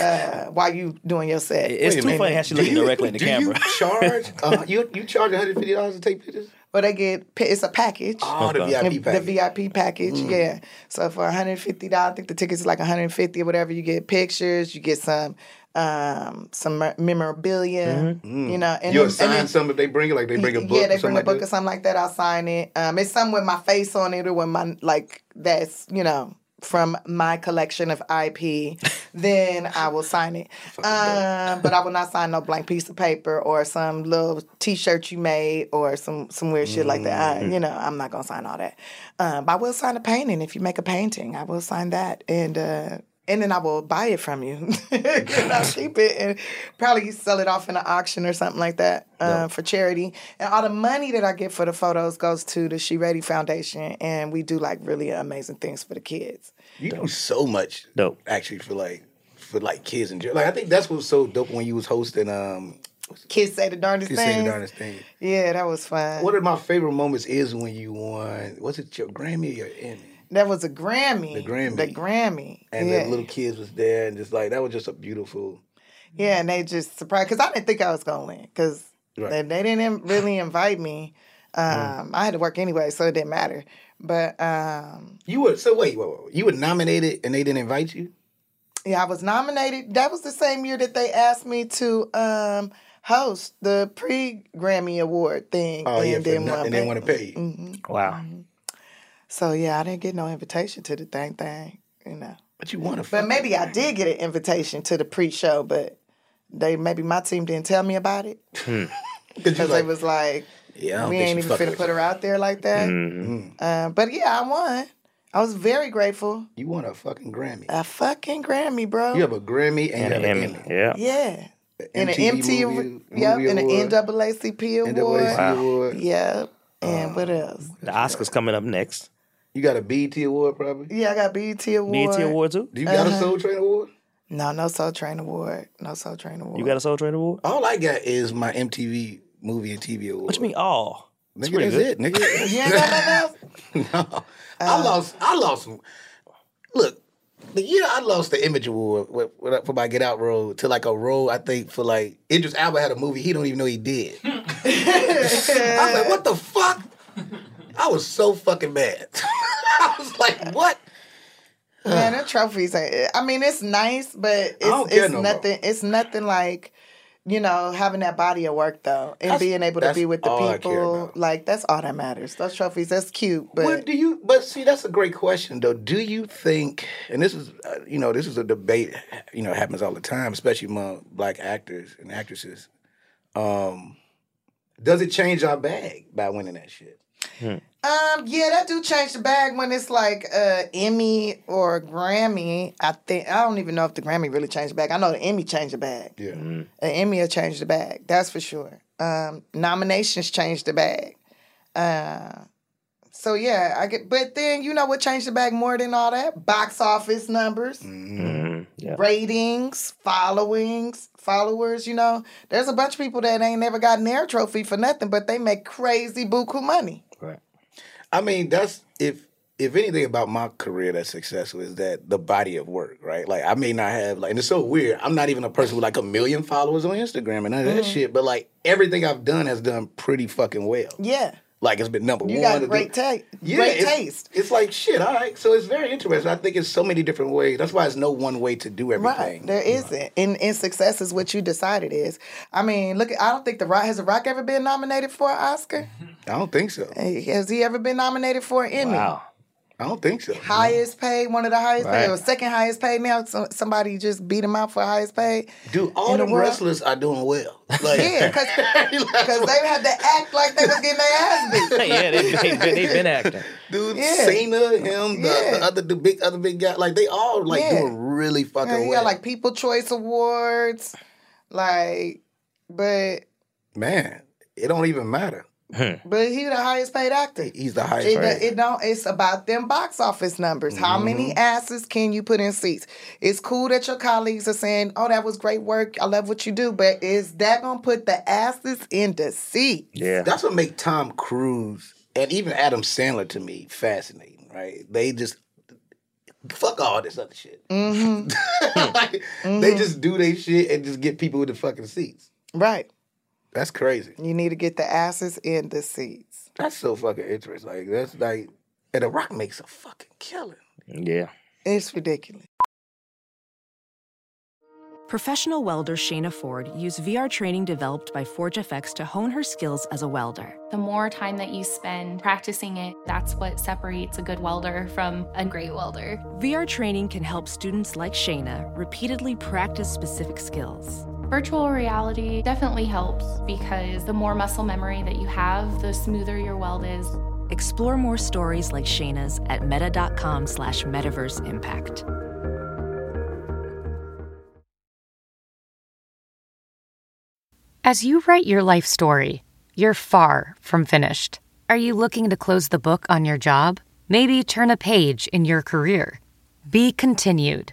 Speaker 7: uh, while you doing your set.
Speaker 4: It's too funny how she looking directly in the
Speaker 6: do
Speaker 4: camera.
Speaker 6: you charge? Uh, you you charge one hundred fifty dollars to take pictures?
Speaker 7: But they get pa- it's a package.
Speaker 6: Oh, the
Speaker 4: Okay.
Speaker 6: VIP
Speaker 7: The
Speaker 6: package.
Speaker 7: VIP package, yeah. So for $150, I think the tickets is like 150 or whatever. You get pictures, you get some um some mer- memorabilia, you know. And
Speaker 6: you
Speaker 7: then-
Speaker 6: assign
Speaker 7: and then-
Speaker 6: something if they bring it, like they bring a book.
Speaker 7: Yeah, they
Speaker 6: or something
Speaker 7: bring a book
Speaker 6: like
Speaker 7: or
Speaker 6: that?
Speaker 7: something like that. I'll sign it. Um, it's something with my face on it or with my like that's you know from my collection of IP. then I will sign it. Um, but I will not sign no blank piece of paper or some little T-shirt you made or some some weird shit like that.
Speaker 6: Mm.
Speaker 7: I, you know, I'm not gonna sign all that. Um, but I will sign a painting if you make a painting. I will sign that and. uh and then I will buy it from you. and I'll keep it and probably sell it off in an auction or something like that uh, for charity. And all the money that I get for the photos goes to the She Ready Foundation. And we do like really amazing things for the kids.
Speaker 6: You do so much.
Speaker 4: Dope.
Speaker 6: Actually, for like for like kids and like I think that's what's so dope when you was hosting. Um,
Speaker 7: Kids say the darndest
Speaker 6: you say
Speaker 7: things.
Speaker 6: the darnest thing.
Speaker 7: Yeah, that was fun.
Speaker 6: One of my favorite moments is when you won. Was it your Grammy or your Emmy?
Speaker 7: that was a Grammy.
Speaker 6: The Grammy.
Speaker 7: The Grammy.
Speaker 6: And
Speaker 7: yeah.
Speaker 6: the little kids was there, and just like that was just a beautiful.
Speaker 7: Yeah, and they just surprised because I didn't think I was gonna win because
Speaker 6: Right. Mm.
Speaker 7: they, they didn't in- really invite me. Um, I had to work anyway, so it didn't matter. But um,
Speaker 6: You were so wait, wait, wait. you were nominated and they didn't invite you.
Speaker 7: yeah, I was nominated. That was the same year that they asked me to um, host the pre Grammy Award thing,
Speaker 6: Oh yeah,
Speaker 7: and
Speaker 6: for
Speaker 7: then Mm-hmm.
Speaker 6: nothing.
Speaker 7: one.
Speaker 6: they didn't want to pay you.
Speaker 4: Wow.
Speaker 7: So yeah, I didn't get no invitation to the thing thing, you know.
Speaker 6: But you want to.
Speaker 7: But maybe I did get an invitation to the pre-show, but they maybe my team didn't tell me about it because they was like,
Speaker 6: yeah, I don't
Speaker 7: we
Speaker 6: think
Speaker 7: ain't
Speaker 6: she
Speaker 7: even
Speaker 6: fucking with
Speaker 7: finna
Speaker 6: Mm-hmm.
Speaker 7: put her out there like that. Uh, but yeah, I won. I was very grateful.
Speaker 6: You won a fucking Grammy.
Speaker 7: A fucking Grammy, bro.
Speaker 6: You have a Grammy and,
Speaker 4: And
Speaker 6: you have
Speaker 4: an
Speaker 6: an
Speaker 4: Emmy.
Speaker 6: Emmy.
Speaker 4: Yeah.
Speaker 7: yeah. In an
Speaker 6: MTV
Speaker 7: MT,
Speaker 6: E Movie-
Speaker 7: yep,
Speaker 6: Movie
Speaker 7: in an
Speaker 6: Award,
Speaker 7: NAACP award,
Speaker 6: NAACP award.
Speaker 7: yep, and
Speaker 6: Oh,
Speaker 7: what else?
Speaker 4: The Oscars coming up next.
Speaker 6: You got a BET award probably.
Speaker 7: Yeah, I got BET award.
Speaker 6: E
Speaker 4: BET Award too.
Speaker 6: Do you got
Speaker 7: Uh-huh.
Speaker 6: a Soul Train award?
Speaker 7: No, no Soul Train award, no Soul Train award.
Speaker 4: You got a Soul Train Award?
Speaker 6: All I got is my MTV movie and TV award.
Speaker 4: What you mean all?
Speaker 6: Nigga, that's it, nigga.
Speaker 7: You ain't got nothing else?
Speaker 6: I lost. I lost. Look, the year I lost the Image Award with- with- for my Get Out role to like a role I think for like Idris Alba had a movie he don't even know he did. I was like, what the fuck? I was so fucking mad. I was like, what?
Speaker 7: Man, the trophies. Ain't, I mean, it's nice, but
Speaker 6: don't
Speaker 7: it's,
Speaker 6: care
Speaker 7: it's
Speaker 6: no more.
Speaker 7: nothing. It's nothing like you know having that body of work though, and being able to
Speaker 6: that's
Speaker 7: be with the
Speaker 6: all I care
Speaker 7: people.
Speaker 6: about.
Speaker 7: Like that's all that matters. Those trophies. That's cute, but
Speaker 6: What do you? But see, that's a great question, though. Do you think? And this is, uh, you know, this is a debate. You know, happens all the time, especially among black actors and actresses. Um, does it change our bag by winning that shit?
Speaker 7: um, yeah, that do change the bag when it's like uh Emmy or Grammy. I think I don't even know if the Grammy really changed the bag. I know the Emmy changed the bag.
Speaker 6: Yeah.
Speaker 7: An Emmy will change the bag. That's for sure. Um, nominations change the bag. Uh, so yeah, I get. But then you know what changed the bag more than all that? Box office numbers,
Speaker 4: Yeah.
Speaker 7: ratings, followings, followers. You know, there's a bunch of people that ain't never gotten their trophy for nothing, but they make crazy buku money.
Speaker 4: Right.
Speaker 6: I mean, that's if if anything about my career that's successful is that the body of work, right? Like I may not have like, and it's so weird. I'm not even a person with like a million followers on Instagram and none of that
Speaker 7: Mm.
Speaker 6: shit. But like everything I've done has done pretty fucking well.
Speaker 7: Yeah,
Speaker 6: Like it's been number one.
Speaker 7: you got
Speaker 6: to
Speaker 7: great,
Speaker 6: do-
Speaker 7: ta-
Speaker 6: Yeah,
Speaker 7: great
Speaker 6: it's-
Speaker 7: taste.
Speaker 6: It's like shit. All right, so it's very interesting. I think it's so many different ways. That's why there's no one way to do everything.
Speaker 7: Right, there isn't, and and success is what you decide it is. I mean, look, at- I don't think the Rock has the Rock ever been
Speaker 6: Mm-hmm.
Speaker 7: nominated for an Oscar.
Speaker 6: I don't think so.
Speaker 7: Has he ever been nominated for an Emmy?
Speaker 4: Wow.
Speaker 6: I don't think so.
Speaker 7: Highest paid, one of the highest
Speaker 6: Right.
Speaker 7: paid, or second highest paid now. So somebody just beat him out for highest paid.
Speaker 6: Dude, all
Speaker 7: In the
Speaker 6: them
Speaker 7: world?
Speaker 6: wrestlers are doing well. Like,
Speaker 7: Yeah, because they had to act like they was getting their ass beat.
Speaker 4: yeah, they they been, they been acting.
Speaker 6: dude,
Speaker 7: Yeah.
Speaker 6: Cena, him, the,
Speaker 7: Yeah.
Speaker 6: the other, the big, other big guy, like they all like
Speaker 7: Yeah.
Speaker 6: doing really fucking
Speaker 7: Yeah, he
Speaker 6: well.
Speaker 7: got like People Choice Awards, like, but
Speaker 6: man, it don't even matter.
Speaker 7: but he the highest paid actor.
Speaker 6: He's the highest.
Speaker 7: It,
Speaker 6: rated.
Speaker 7: do- it don't. It's about them box office numbers. How many asses can you put in seats? It's cool that your colleagues are saying, "Oh, that was great work. I love what you do," but is that gonna put the asses in the seat?
Speaker 4: Yeah.
Speaker 6: That's what make Tom Cruise and even Adam Sandler to me fascinating, right? They just fuck all this other shit. like, They just do their shit and just get people in the fucking seats.
Speaker 7: Right.
Speaker 6: That's crazy.
Speaker 7: You need to get the asses in the seats.
Speaker 6: That's so fucking interesting. Like that's like, and The Rock makes a fucking killing.
Speaker 4: Yeah.
Speaker 7: It's ridiculous.
Speaker 10: Professional welder Shayna Ford used VR training developed by ForgeFX to hone her skills as a welder.
Speaker 5: The more time that you spend practicing it, that's what separates a good welder from a great welder.
Speaker 10: VR training can help students like Shayna repeatedly practice specific skills.
Speaker 5: Virtual reality definitely helps because the more muscle memory that you have, the smoother your weld is.
Speaker 10: Explore more stories like Shayna's at meta.com slash metaverse impact.
Speaker 3: As you write your life story, you're far from finished. Are you looking to close the book on your job? Maybe turn a page in your career? Be continued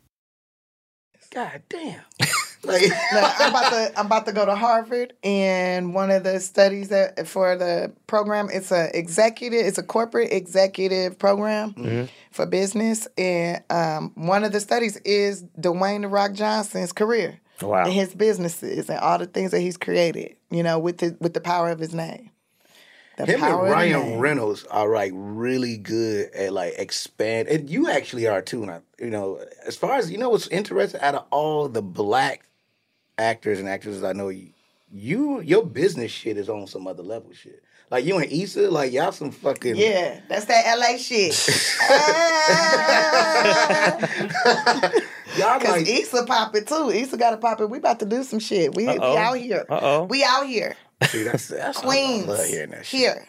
Speaker 6: God damn. like,
Speaker 7: Now, I'm about to I'm about to go to Harvard, and one of the studies that for the program it's a executive it's a corporate executive program
Speaker 6: Mm-hmm.
Speaker 7: for business, and um, one of the studies is Dwayne the Rock Johnson's career,
Speaker 4: Wow.
Speaker 7: and his businesses, and all the things that he's created. You know, with the with the power of his name. The
Speaker 6: Him and
Speaker 7: power of the
Speaker 6: Ryan
Speaker 7: name.
Speaker 6: Reynolds are like really good at like expand, and you actually are too. And I, you know, as far as you know, what's interesting out of all the black actors and actresses I know, you, you your business shit is on some other level shit. Like you and Issa, like y'all some fucking
Speaker 7: Yeah, that's that LA shit. Ah.
Speaker 6: Y'all
Speaker 7: Cause E
Speaker 6: like
Speaker 7: Issa popping too. Issa got to pop it. We about to do some shit. We, we
Speaker 4: Uh-oh.
Speaker 7: out here.
Speaker 4: Uh-oh.
Speaker 7: We out here.
Speaker 6: See, that's, that's what
Speaker 7: Queens.
Speaker 6: I love hearing that shit.
Speaker 7: Here.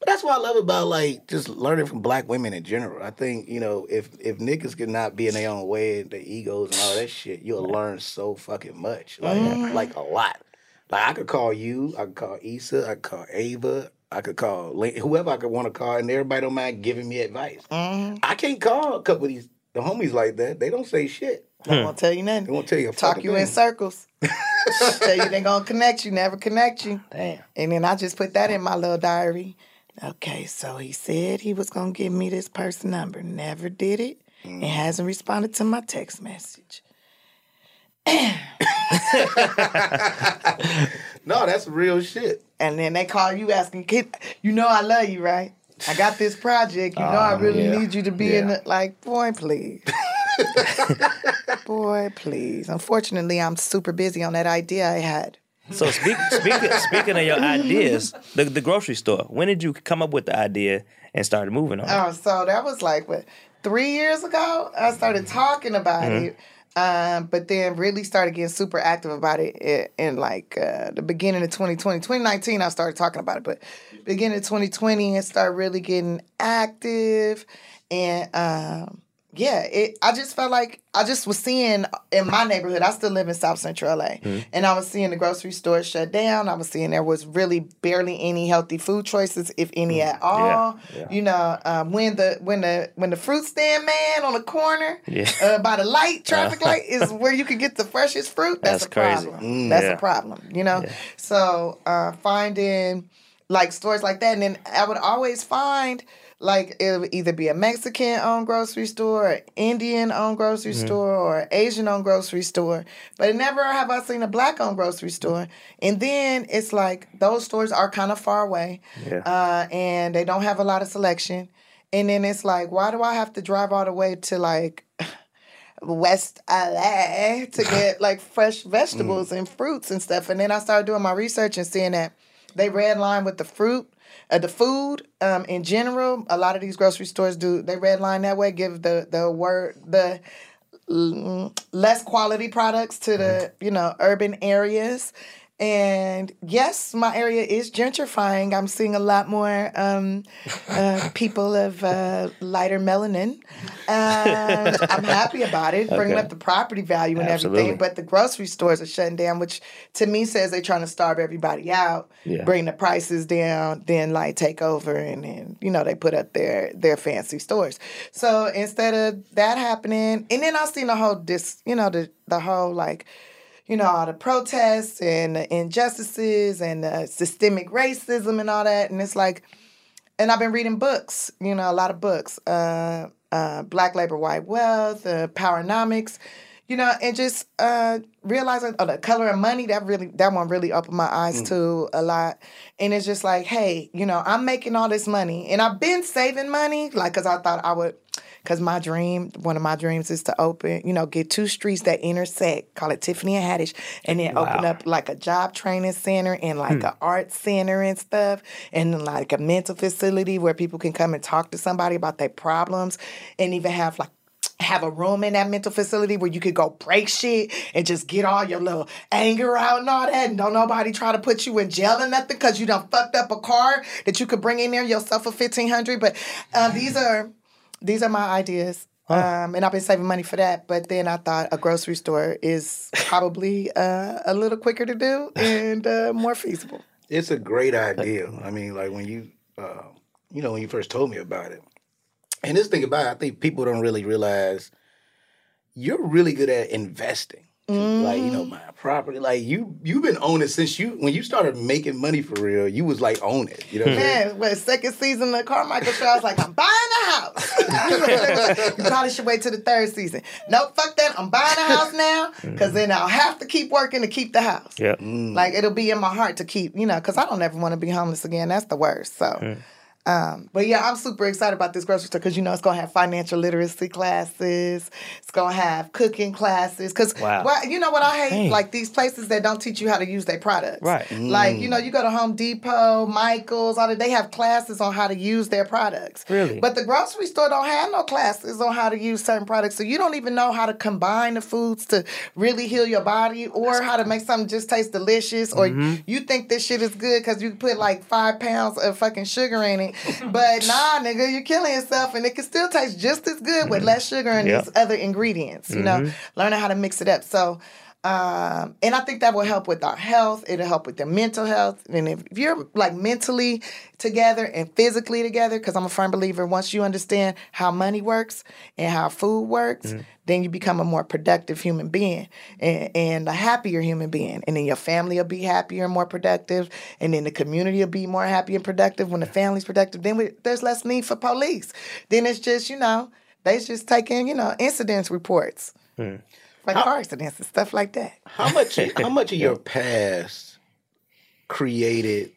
Speaker 6: But that's what I love about like just learning from black women in general. I think you know if if niggas could not be in their own way, their egos and all that shit, you'll learn so fucking much, like
Speaker 7: Mm-hmm.
Speaker 6: like a lot. Like I could call you, I could call Issa, I could call Ava, I could call Lin- whoever I could want to call, and everybody don't mind giving me advice.
Speaker 7: Mm-hmm.
Speaker 6: I can't call a couple of these the homies like that. They don't say shit.
Speaker 4: Hmm.
Speaker 7: I won't tell you nothing.
Speaker 6: They won't tell you. A
Speaker 7: Talk
Speaker 6: fucking
Speaker 7: you
Speaker 6: thing.
Speaker 7: in circles. tell you they gonna connect you. Never connect you.
Speaker 4: Damn.
Speaker 7: And then I just put that in my little diary. Okay, so he said he was gonna give me this person number. Never did it. And
Speaker 6: Mm.
Speaker 7: hasn't responded to my text message.
Speaker 6: No, that's real shit.
Speaker 7: And then they call you asking, "Kid, you know I love you, right? I got this project. You know I really
Speaker 4: yeah.
Speaker 7: need you to be in
Speaker 6: Yeah.
Speaker 7: it." Like, boy, please, boy, please. Unfortunately, I'm super busy on that idea I had.
Speaker 4: So speak, speaking speaking of your ideas, the, the grocery store. When did you come up with the idea and started moving on? it?
Speaker 7: Oh, so that was like what three years ago. I started talking about it, um, but then really started getting super active about it in, in like uh, the beginning of 2020, 2019. I started talking about it, but beginning of 2020, and started really getting active, and um, yeah, it. I just felt like I just was seeing in my neighborhood. I still live in South Central LA, and I was seeing the grocery store shut down. I was seeing there was really barely any healthy food choices, if any at all. You know, um, when the when the when the fruit stand man on the corner
Speaker 4: Yeah.
Speaker 7: uh, by the light traffic light is where you could get the freshest fruit.
Speaker 4: That's
Speaker 7: That's, a
Speaker 4: crazy. Mm,
Speaker 7: problem. That's
Speaker 4: yeah.
Speaker 7: a problem. You know, so uh, finding like stores like that, and then I would always find like it would either be a Mexican owned grocery store, or Indian owned grocery
Speaker 4: Mm-hmm.
Speaker 11: Mhm.
Speaker 7: store, or Asian owned grocery store. But never have I seen a black owned grocery store. And then it's like those stores are kind of far away,
Speaker 11: Yeah.
Speaker 7: uh, and they don't have a lot of selection. And then it's like, why do I have to drive all the way to like West LA to get like fresh vegetables and fruits and stuff. And then I started doing my research and seeing that they red line with the fruit, uh, the food um, in general. A lot of these grocery stores do they red line that way, give the the word the mm, less quality products to the you know urban areas. And yes, my area is gentrifying. I'm seeing a lot more um, uh, people of uh, lighter melanin. Um, I'm happy about it, bringing
Speaker 11: Okay.
Speaker 7: up the property value and
Speaker 11: Absolutely.
Speaker 7: everything. But the grocery stores are shutting down, which to me says they're trying to starve everybody out,
Speaker 11: Yeah.
Speaker 7: bring the prices down, then like take over, and then you know they put up their their fancy stores. So instead of that happening, and then I've seen the whole dis, you know, the the whole like you know, all the protests and the injustices and the systemic racism and all that. And it's like, and I've been reading books, you know, a lot of books uh, uh, Black Labor, White Wealth, uh, Powernomics, you know, and just uh, realizing, oh, the color of money, that really, that one really opened my eyes to a lot. And it's just like, hey, you know, I'm making all this money and I've been saving money, like, cause I thought I would. Cause my dream, one of my dreams is to open, you know, get two streets that intersect, call it Tiffany and Haddish, and then open
Speaker 11: Wow.
Speaker 7: up like a job training center and like
Speaker 11: Hmm.
Speaker 7: a art center and stuff, and like a mental facility where people can come and talk to somebody about their problems, and even have like have a room in that mental facility where you could go break shit and just get all your little anger out and all that. And don't nobody try to put you in jail or nothing because you done fucked up a car that you could bring in there yourself for fifteen hundred. But uh, these are these are my ideas. Um, and I've been saving money for that, but then I thought a grocery store is probably uh, a little quicker to do and uh, more feasible.
Speaker 6: It's a great idea. I mean, like when you, uh, you know, when you first told me about it, and this thing about it, I think people don't really realize you're really good at investing. Like you know,
Speaker 7: Mm-hmm.
Speaker 6: my property. Like you, you've been owning since you when you started making money for real. You was like own it. You know, what I'm saying?
Speaker 7: Man, when second season of Carmichael show, I was like, I'm buying a house. you probably should wait till the third season. No, fuck that. I'm buying a house now because then I'll have to keep working to keep the house.
Speaker 4: Yeah.
Speaker 11: Mm.
Speaker 7: Like it'll be in my heart to keep, you know, because I don't ever want to be homeless again. That's the worst. So. Um, but yeah, I'm super excited about this grocery store because you know it's gonna have financial literacy classes, it's gonna have cooking classes. Because
Speaker 11: Wow.
Speaker 7: you know what I hate,
Speaker 11: Dang.
Speaker 7: like these places that don't teach you how to use their products.
Speaker 11: Right.
Speaker 7: Like you know, you go to Home Depot, Michaels, all that. They have classes on how to use their products.
Speaker 11: Really?
Speaker 7: But the grocery store don't have no classes on how to use certain products, so you don't even know how to combine the foods to really heal your body, or how to make something just taste delicious, or
Speaker 11: Mhm.
Speaker 7: you think this shit is good because you put like five pounds of fucking sugar in it, but nah, nigga, you're killing yourself, and it can still taste just as good with less sugar and
Speaker 11: Yep.
Speaker 7: these other ingredients. You know,
Speaker 11: Mhm.
Speaker 7: learning how to mix it up. So, um, and I think that will help with our health. It'll help with their mental health. And if you're like mentally together and physically together, because I'm a firm believer, once you understand how money works and how food works, then you become a more productive human being and, and a happier human being. And then your family will be happier and more productive. And then the community will be more happy and productive. When the family's productive, then we, there's less need for police. Then it's just, you know, they just taking, you know, incidents reports like car accidents and stuff like that.
Speaker 6: How much? How much of your past created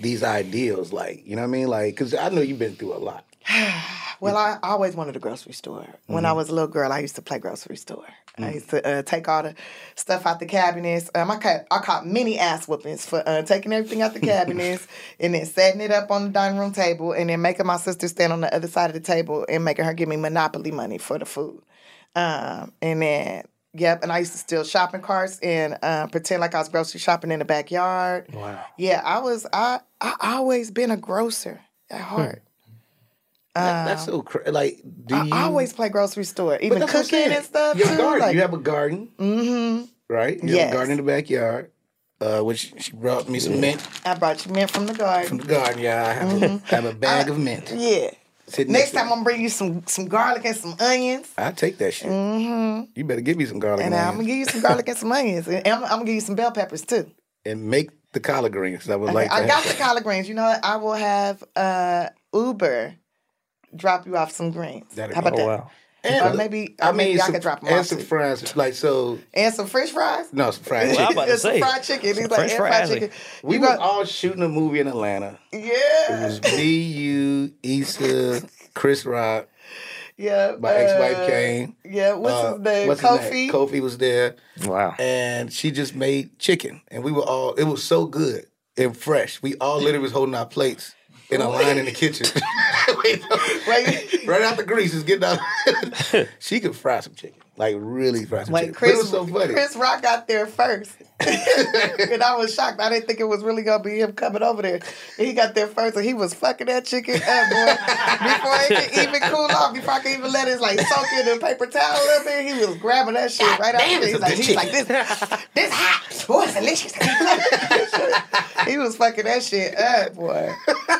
Speaker 6: these ideals? Like you know what I mean? Like because I know you've been through a lot.
Speaker 7: Well, I always wanted a grocery store. When I was a little girl, I used to play grocery store. I used to uh, take all the stuff out the cabinets. Um, I caught I caught many ass whoopings for uh, taking everything out the cabinets and then setting it up on the dining room table and then making my sister stand on the other side of the table and making her give me monopoly money for the food. Um, and then yep, and I used to steal shopping carts and uh, pretend like I was grocery shopping in the backyard.
Speaker 6: Wow.
Speaker 7: Yeah, I was. I I always been a grocer at heart.
Speaker 6: That- that's so crazy. Like, do
Speaker 7: Uh, I
Speaker 6: you
Speaker 7: always play grocery store, even
Speaker 6: that's what I'm
Speaker 7: cooking
Speaker 6: saying.
Speaker 7: and stuff.
Speaker 6: Your
Speaker 7: too,
Speaker 6: garden.
Speaker 7: like-
Speaker 6: you have a garden,
Speaker 7: Mhm.
Speaker 6: right? You have
Speaker 7: Yes.
Speaker 6: a garden in the backyard, uh, which she brought me some mint
Speaker 7: I brought you mint from the
Speaker 6: from
Speaker 7: garden.
Speaker 6: the garden. Yeah, I have, a, have a bag of mint.
Speaker 7: Mm-hmm. Uh, Yeah.
Speaker 6: Sit
Speaker 7: Next
Speaker 6: next
Speaker 7: time I'm gonna bring you some some garlic and some onions.
Speaker 6: I take that shit.
Speaker 7: Mm-hmm.
Speaker 6: You better give me some garlic
Speaker 7: And
Speaker 6: and,
Speaker 7: I'm gonna give you some garlic and some onions, and I'm, I'm gonna give you some bell peppers too.
Speaker 6: and make the collard greens. I would
Speaker 7: Okay,
Speaker 6: like. To
Speaker 7: I
Speaker 6: have
Speaker 7: got
Speaker 6: that.
Speaker 7: the collard greens. You know what? I will have uh, Uber drop you off some greens.
Speaker 6: That'd
Speaker 7: How
Speaker 6: be-
Speaker 7: about
Speaker 6: oh,
Speaker 7: that?
Speaker 6: wow.
Speaker 7: or maybe, or maybe y'all can drop them
Speaker 6: and
Speaker 7: off.
Speaker 6: some
Speaker 7: too.
Speaker 6: fries. Like so,
Speaker 7: and some French fries.
Speaker 6: no, some fried
Speaker 7: Well,
Speaker 6: chicken.
Speaker 7: I'm about to It's say, fried chicken. He's like,
Speaker 6: French
Speaker 7: and fried
Speaker 6: fries.
Speaker 7: chicken.
Speaker 6: We were all shooting a movie in Atlanta. It
Speaker 7: Yeah,
Speaker 6: was me, you, Issa, Chris Rock.
Speaker 7: yeah.
Speaker 6: My ex-wife
Speaker 7: uh,
Speaker 6: came.
Speaker 7: Yeah, what's
Speaker 6: Uh,
Speaker 7: his name?
Speaker 6: what's
Speaker 7: Kofi.
Speaker 6: name? Kofi was there.
Speaker 4: Wow.
Speaker 6: And she just made chicken, and we were all. It was so good and fresh. We all literally was holding our plates in a line in the kitchen. right out the grease, just getting out. she could fry some chicken, like really fry some
Speaker 7: Like
Speaker 6: chicken.
Speaker 7: Chris,
Speaker 6: but it was so funny.
Speaker 7: Chris Rock got there first, and I was shocked. I didn't think it was really gonna be him coming over there. And he got there first, and he was fucking that chicken up, boy. before it could even cool off, before I could even let it like soak in the paper towel a little bit, he was grabbing that shit right out.
Speaker 8: damn,
Speaker 7: of
Speaker 8: it's a
Speaker 7: He's like,
Speaker 8: good
Speaker 7: he's like this, this hot, boy, it's delicious. he was fucking that shit up, boy.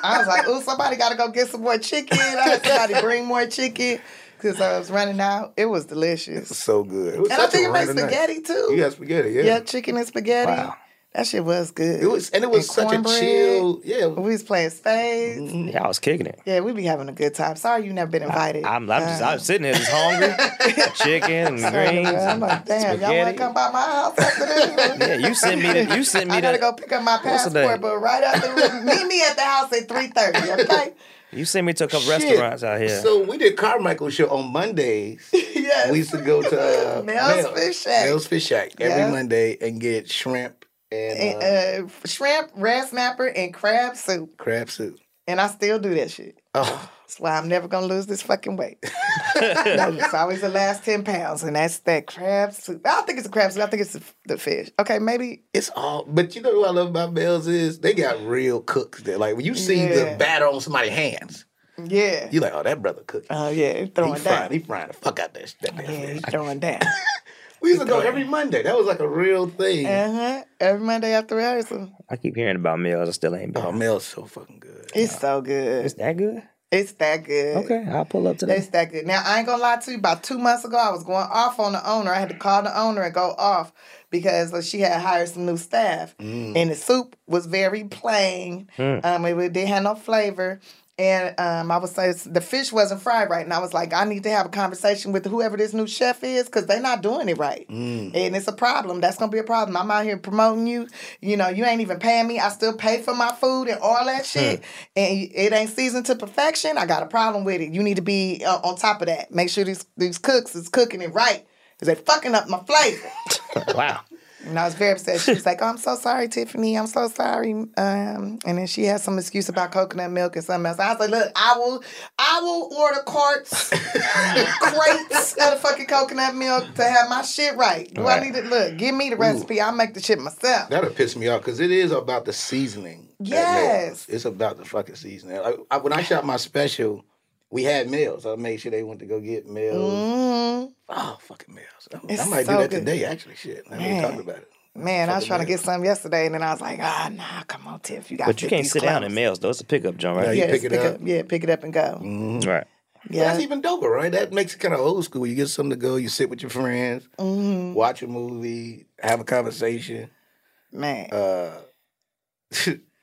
Speaker 7: I was like, ooh, somebody gotta go get some more chicken. I had somebody bring more chicken. Cause I was running out. It was delicious.
Speaker 6: so good. It was
Speaker 7: And I
Speaker 6: such
Speaker 7: think
Speaker 6: a
Speaker 7: it made
Speaker 6: random night.
Speaker 7: spaghetti too.
Speaker 6: You got spaghetti, yeah.
Speaker 7: Yeah. chicken and spaghetti.
Speaker 6: Wow.
Speaker 7: That shit was good.
Speaker 6: It was, and it was such a chill. Yeah,
Speaker 7: We was playing spades.
Speaker 6: Mm-hmm.
Speaker 4: Yeah, I was kicking it.
Speaker 7: Yeah, we be having a good time. Sorry you never been invited.
Speaker 4: I'm, I'm, just, I'm sitting here just hungry, chicken and greens.
Speaker 7: Uh, I'm like, damn, y'all want
Speaker 4: spaghetti.
Speaker 7: to come by my house after this?
Speaker 4: Yeah, you sent me. The, you sent me.
Speaker 7: I gotta
Speaker 4: the,
Speaker 7: go pick up my
Speaker 4: What's the
Speaker 7: passport,
Speaker 4: name?
Speaker 7: but right after meet me at the house at three thirty. Okay,
Speaker 4: You sent me to a couple
Speaker 6: Shit.
Speaker 4: restaurants out here.
Speaker 6: So we did Carmichael show on Mondays.
Speaker 7: Yes.
Speaker 6: We used to go to uh,
Speaker 7: Mel's
Speaker 6: Mel-
Speaker 7: Fish Shack.
Speaker 6: Mel's Fish Shack every
Speaker 7: Yeah.
Speaker 6: Monday and get shrimp and, uh,
Speaker 7: and, uh, shrimp, red snapper, and crab soup,
Speaker 6: crab soup.
Speaker 7: and I still do that shit.
Speaker 6: Oh,
Speaker 7: That's why I'm never gonna lose this fucking weight. it's always the last ten pounds, and that's that crab soup. I don't think it's a crab soup. I think it's the, the fish. Okay, maybe
Speaker 6: it's all. But you know what I love about Mel's is they got real cooks there. Like when you see
Speaker 7: Yeah.
Speaker 6: the batter on somebody's hands,
Speaker 7: yeah.
Speaker 6: you like, oh, that brother cooked.
Speaker 7: Oh yeah, it's
Speaker 6: he
Speaker 7: throwing
Speaker 6: frying,
Speaker 7: down.
Speaker 6: he frying the fuck out that, that damn
Speaker 7: Yeah,
Speaker 6: fish.
Speaker 7: he's throwing down.
Speaker 6: We used to go every Monday. That was like a real thing.
Speaker 7: uh huh. Every Monday after rehearsal,
Speaker 4: I keep hearing about meals. I still ain't been.
Speaker 6: Oh, Mel's so fucking good.
Speaker 7: it's so good.
Speaker 4: Is that good?
Speaker 7: It's that good.
Speaker 4: Okay, I'll pull up to
Speaker 7: It's
Speaker 4: that.
Speaker 7: that good. Now I ain't gonna lie to you. About two months ago, I was going off on the owner. I had to call the owner and go off because uh, she had hired some new staff, and the soup was very plain. Um, it, it didn't have no flavor. And um, I was saying the fish wasn't fried right, and I was like, I need to have a conversation with whoever this new chef is because they're not doing it right, and it's a problem. That's gonna be a problem. I'm out here promoting you. You know, you ain't even paying me. I still pay for my food and all that shit, and it ain't seasoned to perfection. I got a problem with it. You need to be uh, on top of that. Make sure these these cooks is cooking it right because they fucking up my flavor.
Speaker 4: Wow.
Speaker 7: And I was very upset. She was like, "Oh, I'm so sorry, Tiffany. I'm so sorry." Um, and then she had some excuse about coconut milk and something else. I was like, "Look, I will, I will order carts, crates of the fucking coconut milk to have my shit right. Do I
Speaker 4: Right.
Speaker 7: need it? Look, give me the recipe. I'll make the shit myself."
Speaker 6: That'll piss me off because it is about the seasoning. at
Speaker 7: Yes.
Speaker 6: Mel's. It's about the fucking seasoning. Like, I, when I shot my special, we had meals. I made sure they went to go get meals.
Speaker 7: Mm,
Speaker 6: Oh, fucking meals. I, I
Speaker 7: It's
Speaker 6: might
Speaker 7: so
Speaker 6: do that
Speaker 7: good.
Speaker 6: today, actually. Shit. Now we
Speaker 7: Man.
Speaker 6: talked about it.
Speaker 7: man, I
Speaker 6: Fucking
Speaker 7: was trying to
Speaker 6: Mel's.
Speaker 7: get some yesterday, and then I was like, "Ah, nah, come on, Tiff, you got."
Speaker 4: But you can't sit down in
Speaker 7: milk.
Speaker 4: meals though. It's a pickup joint, right?
Speaker 6: Yeah,
Speaker 7: Yeah,
Speaker 6: you
Speaker 7: pick it up. Yeah, pick it up and go.
Speaker 4: Right.
Speaker 7: Yeah,
Speaker 6: That's even doper, right? That makes it kind of old school. You get something to go, you sit with your friends,
Speaker 7: Mm-hmm.
Speaker 6: watch a movie, have a conversation.
Speaker 7: man.
Speaker 6: uh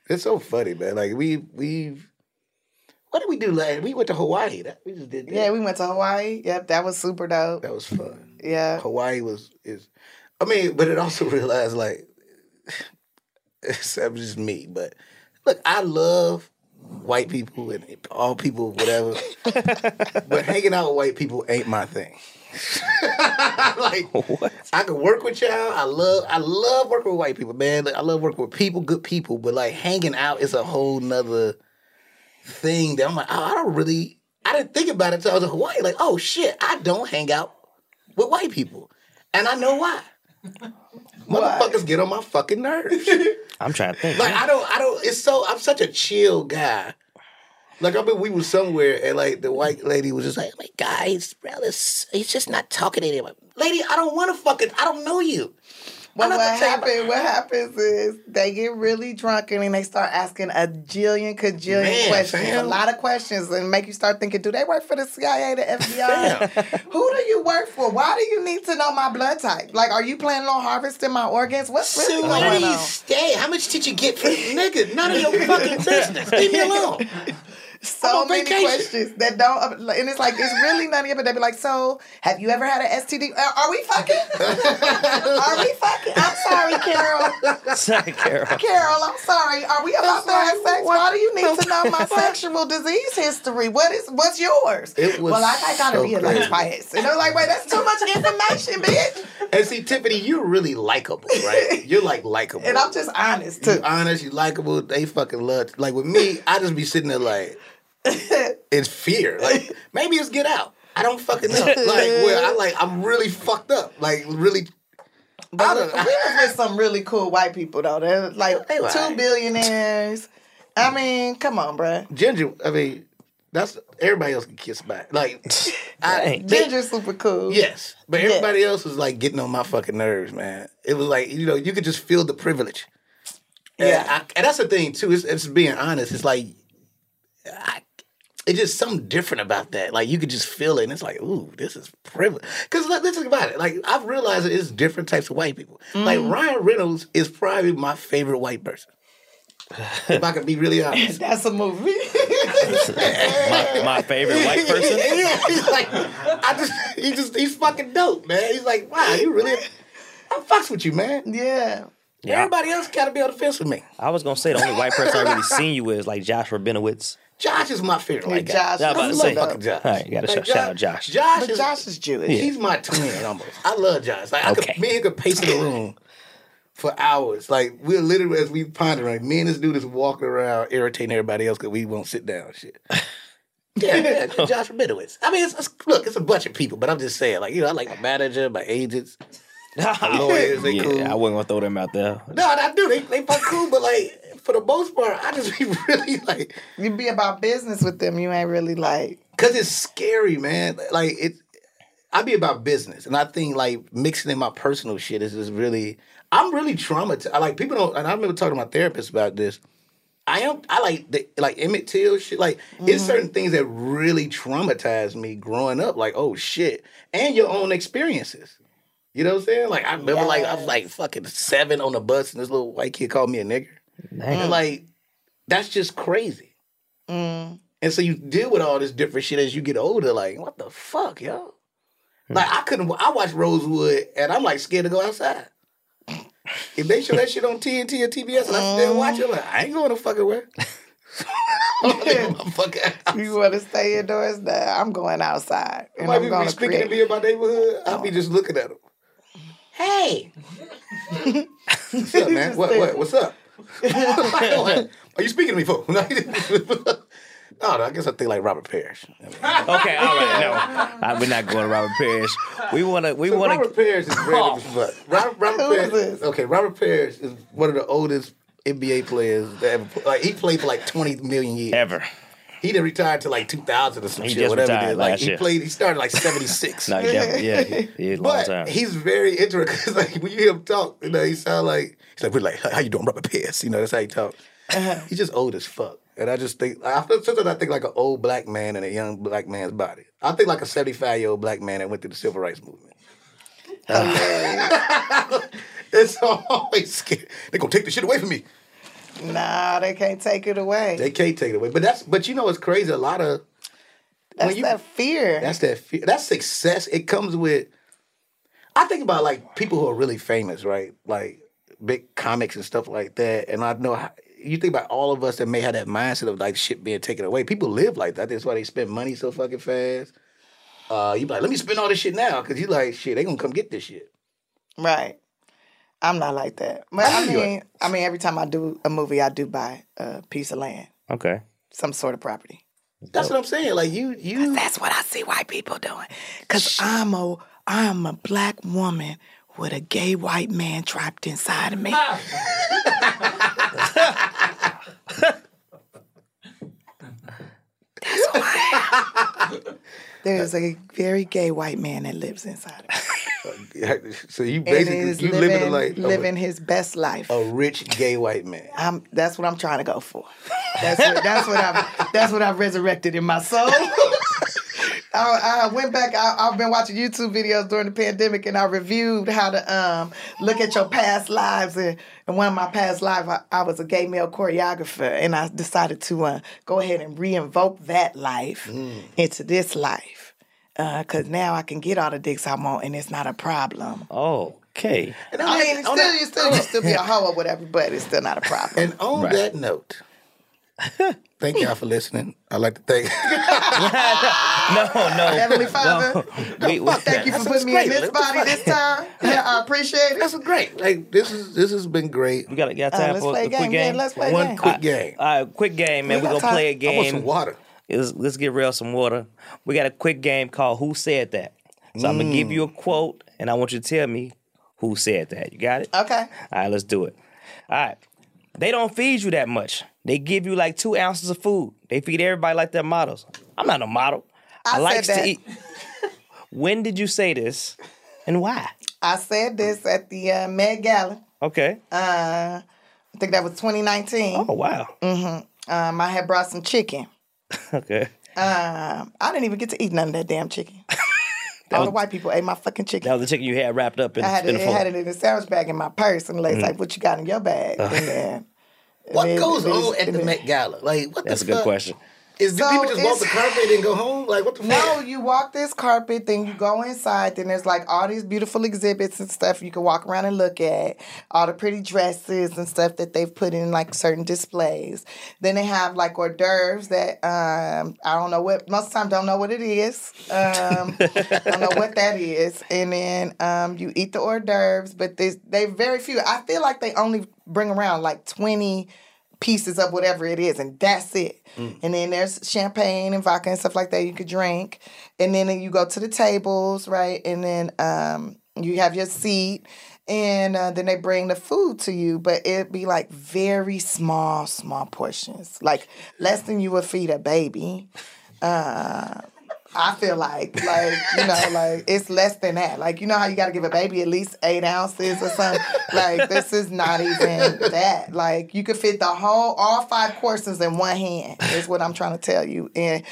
Speaker 6: it's so funny, man. Like we we what did we do last? We went to Hawaii. That we just did that.
Speaker 7: yeah, we went to Hawaii. Yep, that was super dope.
Speaker 6: that was fun.
Speaker 7: Yeah.
Speaker 6: Hawaii was is I mean, but it also realized like it's that was just me, but look, I love white people and all people, whatever. but hanging out with white people ain't my thing. like I can work with y'all. I love I love working with white people, man. Like, I love working with people, good people, but like hanging out is a whole nother thing that I'm like, oh, I don't really I didn't think about it until I was in Hawaii. Like, oh shit, I don't hang out with white people. And I know why. Motherfuckers get on my fucking nerves.
Speaker 4: I'm trying to think.
Speaker 6: Like I don't, I don't. It's so I'm such a chill guy. Like I mean, we were somewhere and like the white lady was just like, "Oh my god, he's really, s- he's just not talking to anyone." Lady, I don't want to fucking, I don't know you.
Speaker 7: But
Speaker 6: I'm not gonna
Speaker 7: what
Speaker 6: tell you
Speaker 7: happened? What happens is they get really drunk and then they start asking a jillion, cajillion
Speaker 6: Man,
Speaker 7: questions,
Speaker 6: fam.
Speaker 7: a lot of questions, and make you start thinking: Do they work for the CIA, the FBI? Who do you work for? Why do you need to know my blood type? Like, are you planning on harvesting my organs? What's really
Speaker 6: So
Speaker 7: going
Speaker 6: where do you
Speaker 7: on?
Speaker 6: stay? How much did you get for nigga? None of your fucking business. Leave me alone.
Speaker 7: so many questions that don't, and it's like it's really none of it. But they be like, "So, have you ever had an STD? Uh, are we fucking? are we fucking? I'm sorry, Carol.
Speaker 4: Sorry, Carol.
Speaker 7: Carol, I'm sorry. Are we about to have sex? Why do you need to know my sexual disease history? What is what's yours?
Speaker 6: It was
Speaker 7: well, I, I gotta
Speaker 6: so
Speaker 7: be a life
Speaker 6: crazy.
Speaker 7: bias, and they're like, "Wait, that's too much information, bitch."
Speaker 6: And see, Tiffany, you're really likable, right? You're like likable.
Speaker 7: And I'm just honest
Speaker 6: too. You honest, you likable. They fucking love. Like with me, I just be sitting there like it's fear. Like maybe it's get out. I don't fucking know. Like well, I like I'm really fucked up. Like really. I
Speaker 7: But we
Speaker 6: don't-
Speaker 7: we was with some really cool white people though. They're like
Speaker 6: They
Speaker 7: two
Speaker 6: right.
Speaker 7: billionaires. I mean, come on, bruh.
Speaker 6: Ginger, I mean, that's everybody else can kiss back. Like, I,
Speaker 7: Ginger's super cool.
Speaker 6: Yes, but everybody else was like getting on my fucking nerves, man. It was like you know you could just feel the privilege. Yeah, and, I, and that's the thing too. It's, it's being honest. It's like, I, it's just something different about that. Like you could just feel it, and it's like, ooh, this is privilege. Because let, let's think about it. Like I've realized that it's different types of white people. Like Ryan Reynolds is probably my favorite white person. if I could be really honest.
Speaker 7: That's a movie.
Speaker 4: my, my favorite white person.
Speaker 6: yeah, he's like, I just, he just, he's fucking dope, man. He's like, wow, you really, I fucks with you, man.
Speaker 7: Yeah.
Speaker 4: Yeah.
Speaker 6: Everybody else gotta be on the fence with me.
Speaker 4: I was gonna say the only white person I really seen you with is like Joshua Benowitz.
Speaker 6: Josh is my favorite. Like
Speaker 7: Josh
Speaker 4: Yeah, I was
Speaker 6: I
Speaker 4: about to
Speaker 6: love
Speaker 4: say.
Speaker 6: fucking Josh.
Speaker 4: All right, you gotta
Speaker 6: Like,
Speaker 4: shout, shout out Josh.
Speaker 6: Josh
Speaker 7: But
Speaker 6: is,
Speaker 7: Josh is Jewish.
Speaker 6: he's my twin almost. I love Josh. Like, I
Speaker 4: Okay.
Speaker 6: could, me and him could pace in the room for hours. Like, we're literally, as we ponder, like, me and this dude is walking around irritating everybody else because we won't sit down and shit. Yeah, yeah, Josh Midowitz. I mean, it's, it's, look, it's a bunch of people, but I'm just saying, like, you know, I like my manager, my agents, my lawyers, they
Speaker 4: yeah,
Speaker 6: cool.
Speaker 4: I wasn't gonna throw them out there.
Speaker 6: No, I do. They they fuck cool, but like for the most part, I just be really like
Speaker 7: You be about business with them. You ain't really like.
Speaker 6: because it's scary, man. Like it, I be about business, and I think like mixing in my personal shit is just really. I'm really traumatized. I, Like people don't, and I remember talking to my therapist about this. I am. I like the like Emmett Till shit. Like it's certain things that really traumatized me growing up. Like oh shit, and your own experiences. You know what I'm saying? Like I remember, like I was like fucking seven on the bus, and this little white kid called me a nigger. And like that's just crazy.
Speaker 7: Mm.
Speaker 6: And so you deal with all this different shit as you get older. Like, what the fuck, yo?
Speaker 7: Hmm.
Speaker 6: Like, I couldn't. I watch Rosewood, and I'm like scared to go outside. If they show that shit on TNT or TBS, and I
Speaker 7: Mm.
Speaker 6: still watch it, I'm like, I ain't going to fucking where.
Speaker 7: You want to stay indoors? Nah, I'm going outside, and
Speaker 6: White
Speaker 7: I'm
Speaker 6: people be
Speaker 7: going to
Speaker 6: speaking to
Speaker 7: create. Oh.
Speaker 6: me in my neighborhood. I'll be just looking at them. Hey, what's up, man? What, what, what's up? Like, Are you speaking to me for? no, no, I guess I think like Robert Parrish.
Speaker 4: Okay, all right, no, I, Uh, we're not going to Robert Parrish. We wanna, we
Speaker 6: So
Speaker 4: wanna. Oh.
Speaker 6: Robert Parrish is random as fuck. Robert, Robert
Speaker 7: Who is
Speaker 6: Parrish,
Speaker 7: this?
Speaker 6: Okay, Robert Parrish is one of the oldest NBA players that ever played. Like, he played for like 20 million years.
Speaker 4: Ever.
Speaker 6: He didn't retire till like 2000 or some
Speaker 4: He
Speaker 6: shit,
Speaker 4: just
Speaker 6: whatever
Speaker 4: retired
Speaker 6: it is. Like,
Speaker 4: last
Speaker 6: he
Speaker 4: year.
Speaker 6: played, he started like 76.
Speaker 4: No, yeah, yeah, yeah, yeah, long
Speaker 6: but
Speaker 4: time.
Speaker 6: he's very interesting because like, when you hear him talk, you know, he sound like, he's like, we're like, how you doing, Robert Parrish? You know, that's how he talk.
Speaker 7: Uh-huh.
Speaker 6: he's just old as fuck. And I just think, I, sometimes I think like an old black man in a young black man's body. I think like a 75 year old black man that went through the civil rights movement. It's always scary. They gonna take the shit away from me.
Speaker 7: Nah, they can't take it away.
Speaker 6: They can't take it away. But that's but you know what's crazy? A lot of
Speaker 7: that's
Speaker 6: when you-
Speaker 7: that fear.
Speaker 6: that's that fear. That's success. It comes with. I think about like people who are really famous, right? Like big comics and stuff like that. And I know how, you think about all of us that may have that mindset of like shit being taken away. People live like that. That's why they spend money so fucking fast. Uh, you be like, let me spend all this shit now, cause you like shit. They gonna come get this shit.
Speaker 7: Right. I'm not like that. But I
Speaker 6: know you
Speaker 7: mean, I mean, every time I do a movie, I do buy a piece of land,
Speaker 4: Okay.
Speaker 7: some sort of property.
Speaker 6: That's what I'm saying. Like you, you.
Speaker 7: That's what I see white people doing. Cause I'm a I'm a black woman with a gay white man trapped inside of me. That's who I am. There's a very gay white man that lives inside of me.
Speaker 6: So you
Speaker 7: And
Speaker 6: basically
Speaker 7: is
Speaker 6: you
Speaker 7: living,
Speaker 6: living the life of a- Oh,
Speaker 7: living his best life.
Speaker 6: a rich gay white man.
Speaker 7: I'm, that's what I'm trying to go for. That's what, that's what I've that's what I've resurrected in my soul. I, I went back. I, I've been watching YouTube videos during the pandemic, and I reviewed how to um, look at your past lives. And, and one of my past lives, I, I was a gay male choreographer, and I decided to uh, go ahead and reinvoke that life into this life because now I can get all the dicks I want, and it's not a problem.
Speaker 4: Okay.
Speaker 7: And I mean, it's still, you still, you still be a hoe or whatever, but it's still not a problem.
Speaker 9: And
Speaker 6: on
Speaker 9: Right.
Speaker 6: that note,
Speaker 9: Thank y'all for listening. I'd like to thank.
Speaker 4: no, no.
Speaker 7: Heavenly Father,
Speaker 4: we, we,
Speaker 7: thank you for putting me in this body this time. Yeah, I appreciate it. That's
Speaker 6: great. Like this is this has been great.
Speaker 4: We got got
Speaker 7: Uh,
Speaker 4: time
Speaker 7: let's
Speaker 4: for
Speaker 7: play a
Speaker 4: a quick
Speaker 7: game.
Speaker 4: game.
Speaker 7: Yeah, let's play a
Speaker 4: One
Speaker 7: game.
Speaker 4: quick
Speaker 7: Uh,
Speaker 4: game. All right, quick game, man.
Speaker 7: We
Speaker 4: We're gonna
Speaker 7: got time.
Speaker 4: play a
Speaker 7: I
Speaker 4: game.
Speaker 7: want some water.
Speaker 4: Let's, let's get real some water. We got a quick game called Who Said That? So I'm gonna
Speaker 7: Mm.
Speaker 4: give you a quote, and I want you to tell me who said that. You got it?
Speaker 7: Okay.
Speaker 4: All right, let's do it. All right. They don't feed you that much. They give you like two ounces of food. They feed everybody like they're models. I'm not a model.
Speaker 7: I said
Speaker 4: likes
Speaker 7: that.
Speaker 4: to eat. When did you say this, and why?
Speaker 7: I said this at the uh, Met Gala.
Speaker 4: Okay.
Speaker 7: Uh, I think that was 2019.
Speaker 4: Oh wow.
Speaker 7: Mm-hmm. Um, I had brought some chicken.
Speaker 4: Okay.
Speaker 7: Um, I didn't even get to eat none of that damn chicken. All the white people ate my fucking chicken.
Speaker 4: That was the chicken you had wrapped up in,
Speaker 7: I had
Speaker 4: in
Speaker 7: it,
Speaker 4: the
Speaker 7: it
Speaker 4: foil.
Speaker 7: had it in a sandwich bag in my purse, and the lady's
Speaker 4: Mhm.
Speaker 7: like, "What you got in your bag?"
Speaker 4: Uh.
Speaker 7: And then,
Speaker 6: What
Speaker 7: and then-
Speaker 6: goes
Speaker 7: and then-
Speaker 6: on at the
Speaker 7: and
Speaker 6: Met Gala? Like what
Speaker 4: That's a
Speaker 6: the
Speaker 4: good
Speaker 6: fuck?
Speaker 4: question.
Speaker 6: Is do
Speaker 7: So
Speaker 6: people just walk
Speaker 7: it's-
Speaker 6: the carpet and go home? Like what the fuck?
Speaker 7: No, you walk this carpet, then you go inside, then there's like all these beautiful exhibits and stuff you can walk around and look at, all the pretty dresses and stuff that they've put in like certain displays. Then they have like hors d'oeuvres that um I don't know what most of the time don't know what it is. Um don't know what that is. And then um you eat the hors d'oeuvres, but they they very few. I feel like they only bring around like twenty pieces of whatever it is, and that's it. And then there's champagne and vodka and stuff like that you could drink. And then you go to the tables, right? And then um, you have your seat. And uh, then they bring the food to you, but it'd be like very small, small portions, like less than you would feed a baby. Uh, I feel like, like you know, like it's less than that. Like you know how you got to give a baby at least eight ounces or something. Like this is not even that. Like you could fit the whole, all five courses in one hand. Is what I'm trying to tell you. And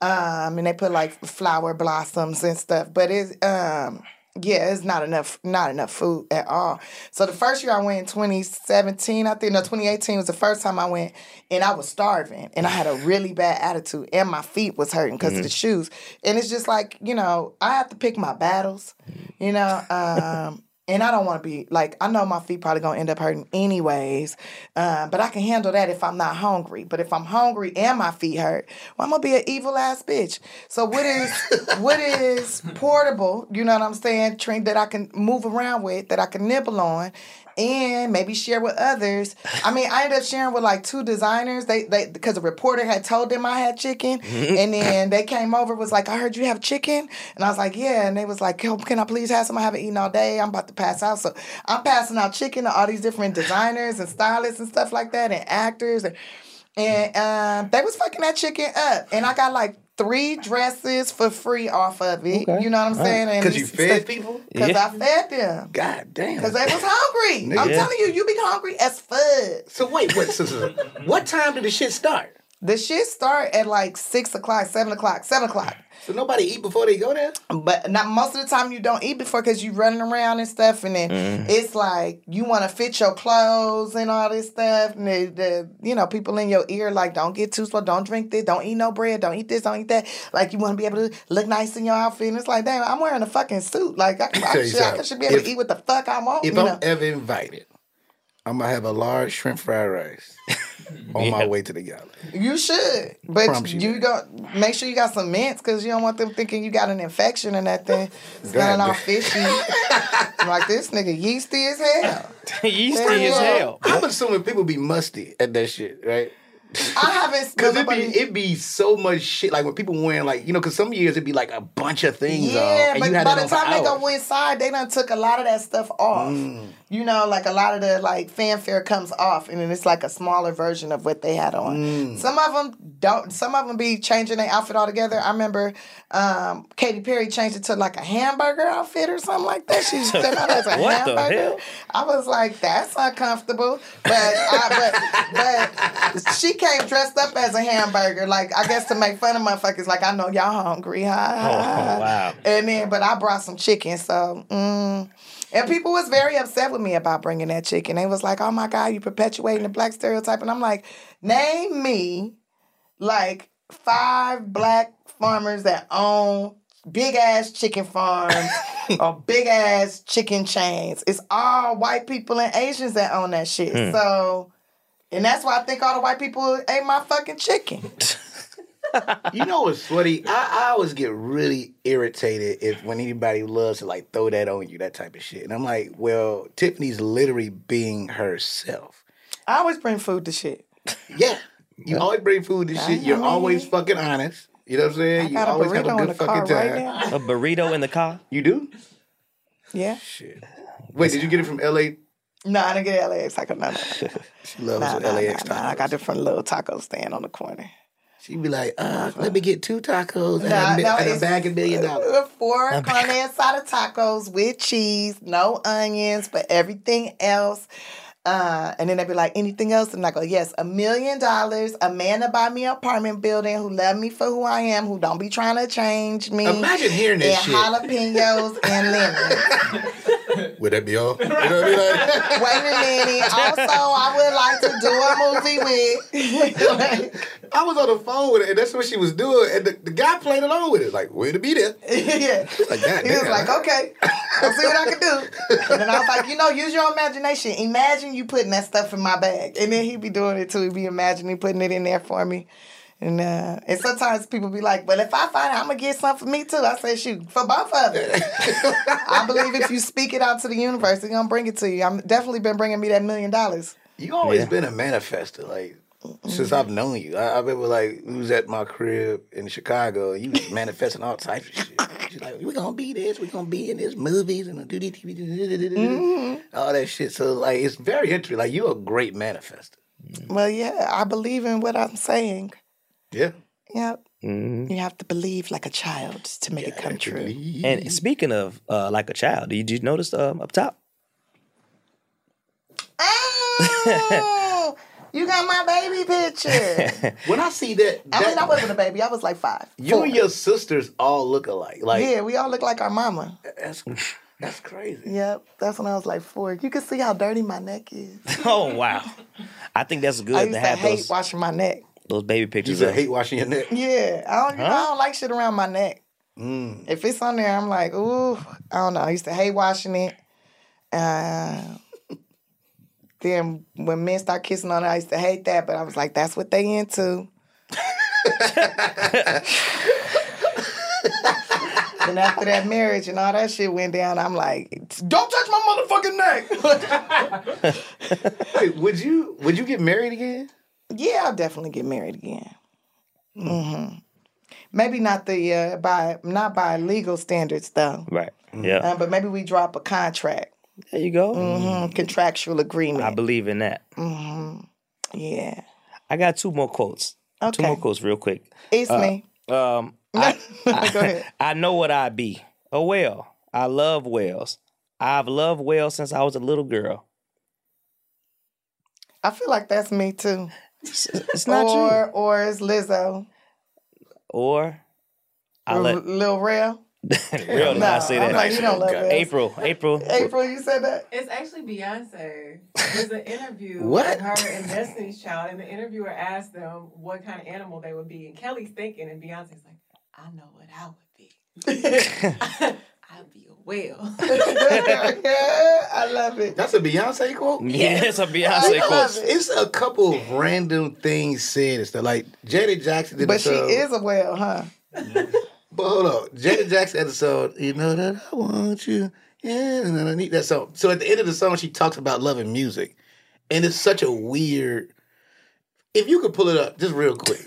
Speaker 7: um, and they put like flower blossoms and stuff. But it's um, yeah, it's not enough, not enough food at all. So the first year I went in 2017, I think no 2018 was the first time I went, and I was starving, and I had a really bad attitude, and my feet was hurting because of the
Speaker 11: Mhm.
Speaker 7: shoes. And it's just like you know, I have to pick my battles, you know. Um, and I don't want to be like I know my feet probably gonna end up hurting anyways, um, but I can handle that if I'm not hungry. But if I'm hungry and my feet hurt, well, I'm gonna be an evil ass bitch. So what is what is portable? You know what I'm saying? Train that I can move around with, that I can nibble on, and maybe share with others. I mean, I ended up sharing with like two designers. They they because a reporter had told them I had chicken,
Speaker 6: Mm-hmm.
Speaker 7: and then they came over was like, "I heard you have chicken," and I was like, "Yeah," and they was like, "Yo, can I please have some? I haven't eaten all day. I'm about to pass out." So I'm passing out chicken to all these different designers and stylists and stuff like that, and actors and. And um, they was fucking that chicken up, and I got like three dresses for free off of it. You know what I'm saying? And
Speaker 6: Because you
Speaker 7: it's-
Speaker 6: fed people.
Speaker 7: Cause I fed them. God
Speaker 6: damn.
Speaker 7: Cause they was hungry. I'm
Speaker 6: Nigga.
Speaker 7: telling you, you be hungry as fuck.
Speaker 6: So wait, wait, so, so, so, what time did the shit start?
Speaker 7: The shit start at like six o'clock, seven o'clock, seven o'clock.
Speaker 6: So nobody eat before they go there.
Speaker 7: But not most of the time you don't eat before because you running around and stuff, and then
Speaker 6: Mhm.
Speaker 7: it's like you want to fit your clothes and all this stuff, and the, the you know people in your ear like don't get too slow, don't drink this, don't eat no bread, don't eat this, don't eat that. Like you want to be able to look nice in your outfit, and it's like damn, I'm wearing a fucking suit. Like I, I,
Speaker 6: Tell you
Speaker 7: should, I
Speaker 6: something.
Speaker 7: should be able
Speaker 6: If-
Speaker 7: to eat what the fuck I want.
Speaker 6: If
Speaker 7: you
Speaker 6: I'm
Speaker 7: know?
Speaker 6: ever invited, I'm gonna have a large shrimp fried rice on my way to the gala.
Speaker 7: You should, but
Speaker 6: Promise you
Speaker 7: you go make sure you got some mints because you don't want them thinking you got an infection or nothing. Smelling all fishy, like this nigga yeasty as hell.
Speaker 4: Yeasty as hell.
Speaker 6: I'm assuming people be musty at that shit, right?
Speaker 7: I haven't
Speaker 6: because it be it be so much shit. Like when people wearing like you know, because some years it be like a bunch of things.
Speaker 7: Yeah,
Speaker 6: on, and
Speaker 7: but
Speaker 6: you had
Speaker 7: by
Speaker 6: it
Speaker 7: the
Speaker 6: on for
Speaker 7: time they
Speaker 6: hours. Mm.
Speaker 7: go inside, they done took a lot of that stuff off. You know, like a lot of the like fanfare comes off, and then it's like a smaller version of what they had on.
Speaker 6: Mm.
Speaker 7: Some of them don't. Some of them be changing their outfit altogether. I remember um, Katy Perry changed it to like a hamburger outfit or something like that. She stepped out as a
Speaker 4: What the
Speaker 7: hamburger.
Speaker 4: hell?
Speaker 7: I was like, that's uncomfortable, but I, but but she came dressed up as a hamburger, like I guess to make fun of motherfuckers. Like I know y'all hungry, huh?
Speaker 4: Oh, wow.
Speaker 7: And then, but I brought some chicken, so. Mm. And people was very upset with me about bringing that chicken. They was like, "Oh my God, you perpetuating the black stereotype," and I'm like, "Name me, like five black farmers that own big ass chicken farms or big ass chicken chains. It's all white people and Asians that own that shit.
Speaker 4: Hmm.
Speaker 7: So, and that's why I think all the white people ate my fucking chicken.
Speaker 6: you know what's funny? I, I always get really irritated if when anybody loves to like throw that on you, that type of shit. And I'm like, well, Tiffany's literally being herself.
Speaker 7: I always bring food to shit.
Speaker 6: Yeah. You always bring food to shit. You're always fucking honest. You know what I'm saying? you
Speaker 7: got a
Speaker 6: always have
Speaker 7: burrito
Speaker 6: a
Speaker 7: in
Speaker 6: good
Speaker 7: the
Speaker 6: fucking
Speaker 7: car
Speaker 6: time.
Speaker 7: right now.
Speaker 4: A burrito in the car?
Speaker 6: You do?
Speaker 7: Yeah.
Speaker 6: Shit. Wait, did you get it from LA?
Speaker 7: No, I didn't get LAX taco. No, no, no.
Speaker 6: She loves
Speaker 7: Nah,
Speaker 6: her
Speaker 7: nah,
Speaker 6: LAX
Speaker 7: nah, nah. I got this from little taco stand on the corner.
Speaker 6: She'd be like, uh, let me get two tacos and,
Speaker 7: Nah,
Speaker 6: a, mi-
Speaker 7: no,
Speaker 6: and a
Speaker 7: it's-
Speaker 6: bag of million dollars.
Speaker 7: Four carne asada tacos with cheese, no onions, but everything else. Uh, and then they'd be like, anything else? And I go, yes, a million dollars, a man to buy me an apartment building who love me for who I am, who don't be trying to change me.
Speaker 6: Imagine hearing this
Speaker 7: and
Speaker 6: shit.
Speaker 7: jalapenos and lemon.
Speaker 6: Would that be all? You know what I mean? Like,
Speaker 7: Wait a minute. Also, I would like to do a movie with.
Speaker 6: I was on the phone with her, and that's what she was doing. And the, the guy played along with it, like, way to be there.
Speaker 7: yeah.
Speaker 6: Like, "Oh, God
Speaker 7: He was
Speaker 6: damn.
Speaker 7: like, okay, I'll see what I can do. And then I was like, you know, use your imagination. Imagine you putting that stuff in my bag. And then he'd be doing it too. He'd be imagining putting it in there for me. And uh, and sometimes people be like, well, if I find it, I'm going to get some for me too. I said, shoot, for both of us. I believe if you speak it out to the universe, it's going to bring it to you. I'm definitely been bringing me that million dollars.
Speaker 6: You always been a manifester, like since I've known you. I, I remember like we was at my crib in Chicago, and you was manifesting all types of shit. She's like, "We gonna be this, we gonna be in this movies and do this, do this, do this, do this," all that shit." So like, it's very interesting. Like you're a great manifester.
Speaker 7: Well, yeah, I believe in what I'm saying.
Speaker 6: Yeah.
Speaker 7: Yep. You have to believe like a child to make it come true.
Speaker 4: And speaking of uh, like a child, did you notice um, up top?
Speaker 7: Oh, you got my baby picture.
Speaker 6: When I see that,
Speaker 7: I mean, I
Speaker 6: that-
Speaker 7: wasn't a baby. I was like five.
Speaker 6: you and your sisters all look alike. Like
Speaker 7: yeah, we all look like our mama.
Speaker 6: that's that's crazy.
Speaker 7: Yep, that's when I was like four. You can see how dirty my neck is.
Speaker 4: Oh wow! I think that's good
Speaker 7: I
Speaker 4: to
Speaker 7: used to
Speaker 4: have
Speaker 7: hate
Speaker 4: those
Speaker 7: washing my neck.
Speaker 4: those baby pictures.
Speaker 6: said
Speaker 4: of-
Speaker 6: hate washing your neck.
Speaker 7: Yeah, I don't, you know, I don't like shit around my neck. If it's on there, I'm like, ooh, I don't know. I used to hate washing it. Uh, then when men start kissing on it, I used to hate that, but I was like, that's what they into. and after that marriage and all that shit went down, I'm like, don't touch my motherfucking neck.
Speaker 6: Wait, would you would you get married again?
Speaker 7: yeah, I'll definitely get married again. hmm Maybe not the uh, by not by legal standards though.
Speaker 4: Right. Yeah.
Speaker 7: Uh, but maybe we drop a contract,
Speaker 4: there you go.
Speaker 7: hmm contractual agreement.
Speaker 4: Mm. I believe in that.
Speaker 7: hmm Yeah,
Speaker 4: I got two more quotes. Two
Speaker 7: Okay.
Speaker 4: more quotes, real quick.
Speaker 7: it's
Speaker 4: Uh,
Speaker 7: me.
Speaker 4: Um, I, I, I know what I be. A whale. I love whales. I've loved whales since I was a little girl.
Speaker 7: I feel like that's me too.
Speaker 4: It's not
Speaker 7: or
Speaker 4: you.
Speaker 7: or it's Lizzo
Speaker 4: Or I
Speaker 7: or
Speaker 4: let
Speaker 7: Lil Rel.
Speaker 4: real
Speaker 7: No,
Speaker 4: I say
Speaker 7: I'm
Speaker 4: that.
Speaker 7: like, you don't love whales.
Speaker 4: April. April.
Speaker 7: April, you said that.
Speaker 11: It's actually Beyonce. There's an interview
Speaker 4: What?
Speaker 11: with her and Destiny's Child, and the interviewer asked them what kind of animal they would be, and Kelly's thinking, and Beyonce's like, "I know what I would be. I'd be a whale."
Speaker 7: yeah, I love it.
Speaker 6: That's a Beyonce quote.
Speaker 4: Yeah, it's a Beyonce
Speaker 6: I love
Speaker 4: quote.
Speaker 6: it. It's a couple of random things said and stuff. Like Janet Jackson did
Speaker 7: But she
Speaker 6: episode-
Speaker 7: is a whale, huh?
Speaker 6: But hold on, Janet Jackson episode. You know that I want you. Yeah, and I need that song. So at the end of the song, she talks about loving music, and it's such a weird. If you could pull it up just real quick,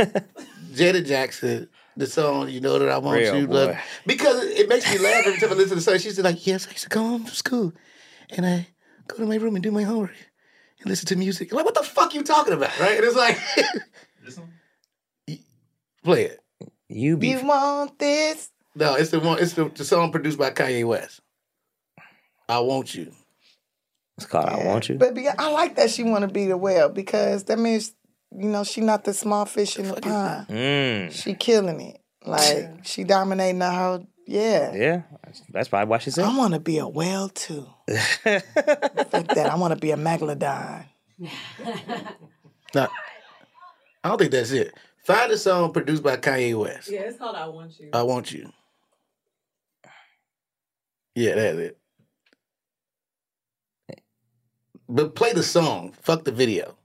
Speaker 6: Janet Jackson. The song, you know that I want
Speaker 4: Real
Speaker 6: you, love,
Speaker 4: boy.
Speaker 6: because it it makes me laugh every time I listen to the song. She's like, "Yes, I used to come home from school, and I go to my room and do my homework and listen to music." Like, what the fuck you talking about, right? And it's like, play it.
Speaker 4: You be
Speaker 7: You want this?
Speaker 6: No, it's the one. It's the, the song produced by Kanye West. I want you.
Speaker 4: It's called I Want You.
Speaker 7: But be- I like that she want to be the whale because that means you know, she not the small fish in the pond.
Speaker 4: Mm.
Speaker 7: She killing it. Like she dominating the whole. Yeah.
Speaker 4: Yeah, that's- that's probably why she said.
Speaker 7: I want to be a whale too. Fuck that. I want to be a megalodon.
Speaker 6: Nah, I don't think that's it. Find a song produced by Kanye West.
Speaker 11: Yeah, it's called I Want You.
Speaker 6: I want you. Yeah, that's it. But play the song. Fuck the video.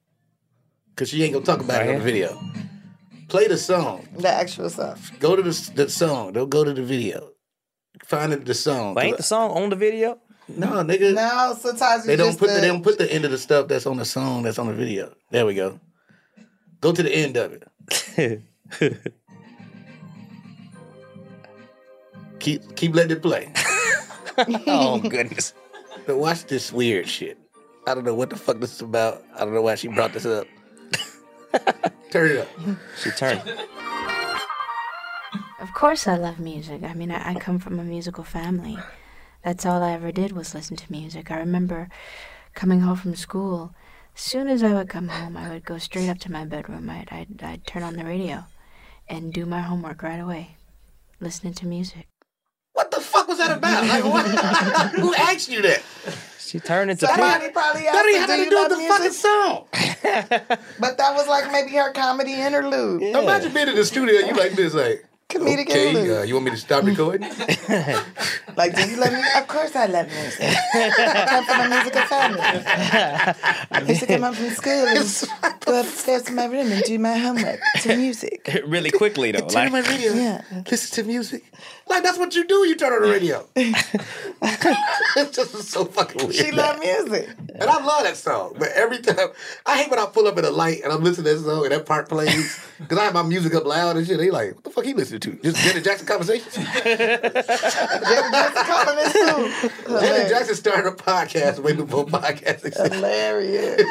Speaker 6: Cause she ain't gonna talk about it on the video. Play the song.
Speaker 7: The actual song.
Speaker 6: Go to the, s- the song. Don't go to the video. Find it- the song.
Speaker 4: But ain't the song on the video?
Speaker 6: No, nigga.
Speaker 7: No, sometimes you
Speaker 6: They don't
Speaker 7: just
Speaker 6: put the,
Speaker 7: the-
Speaker 6: they don't put the end of the stuff that's on the song that's on the video. There we go. Go to the end of it. keep keep letting it play.
Speaker 4: oh goodness.
Speaker 6: But watch this weird shit. I don't know what the fuck this is about. I don't know why she brought this up. Turn it up.
Speaker 4: She turned.
Speaker 12: Of course, I love music. I mean, I, I come from a musical family. That's all I ever did was listen to music. I remember coming home from school. As soon as I would come home, I would go straight up to my bedroom. I'd, I'd, I'd turn on the radio and do my homework right away, listening to music.
Speaker 6: What the fuck was that about? Like, what? Who asked you that?
Speaker 4: She turned into
Speaker 7: Somebody
Speaker 4: pink.
Speaker 7: probably
Speaker 6: That ain't
Speaker 7: asked her,
Speaker 6: had
Speaker 7: do
Speaker 6: nothing
Speaker 7: you
Speaker 6: to do
Speaker 7: love
Speaker 6: with the
Speaker 7: music?
Speaker 6: fucking song.
Speaker 7: But that was like maybe her comedy interlude.
Speaker 6: Imagine being in the studio, you like this, like
Speaker 7: Comedic interlude.
Speaker 6: okay, uh, you want me to stop recording?
Speaker 7: Like, do you love music? Of course I love music. I come from a musical family. I used to come home from school and go upstairs to my room and do my homework to music.
Speaker 4: really quickly though.
Speaker 6: Turn on my
Speaker 4: Like,
Speaker 6: radio.
Speaker 7: Yeah.
Speaker 6: Listen to music. Like that's what you do. You turn on the radio. it's just so fucking weird.
Speaker 7: She love music.
Speaker 6: And I love that song. But every time, I hate when I pull up in a light and I'm listening to this song and that part plays. Because I have my music up loud and shit. They like, what the fuck he listening to? Just Janet Jackson conversations?
Speaker 7: Janet Jackson calling this too.
Speaker 6: Janet Jackson started a podcast way before podcasts
Speaker 7: Uh,
Speaker 6: existed.
Speaker 7: Hilarious.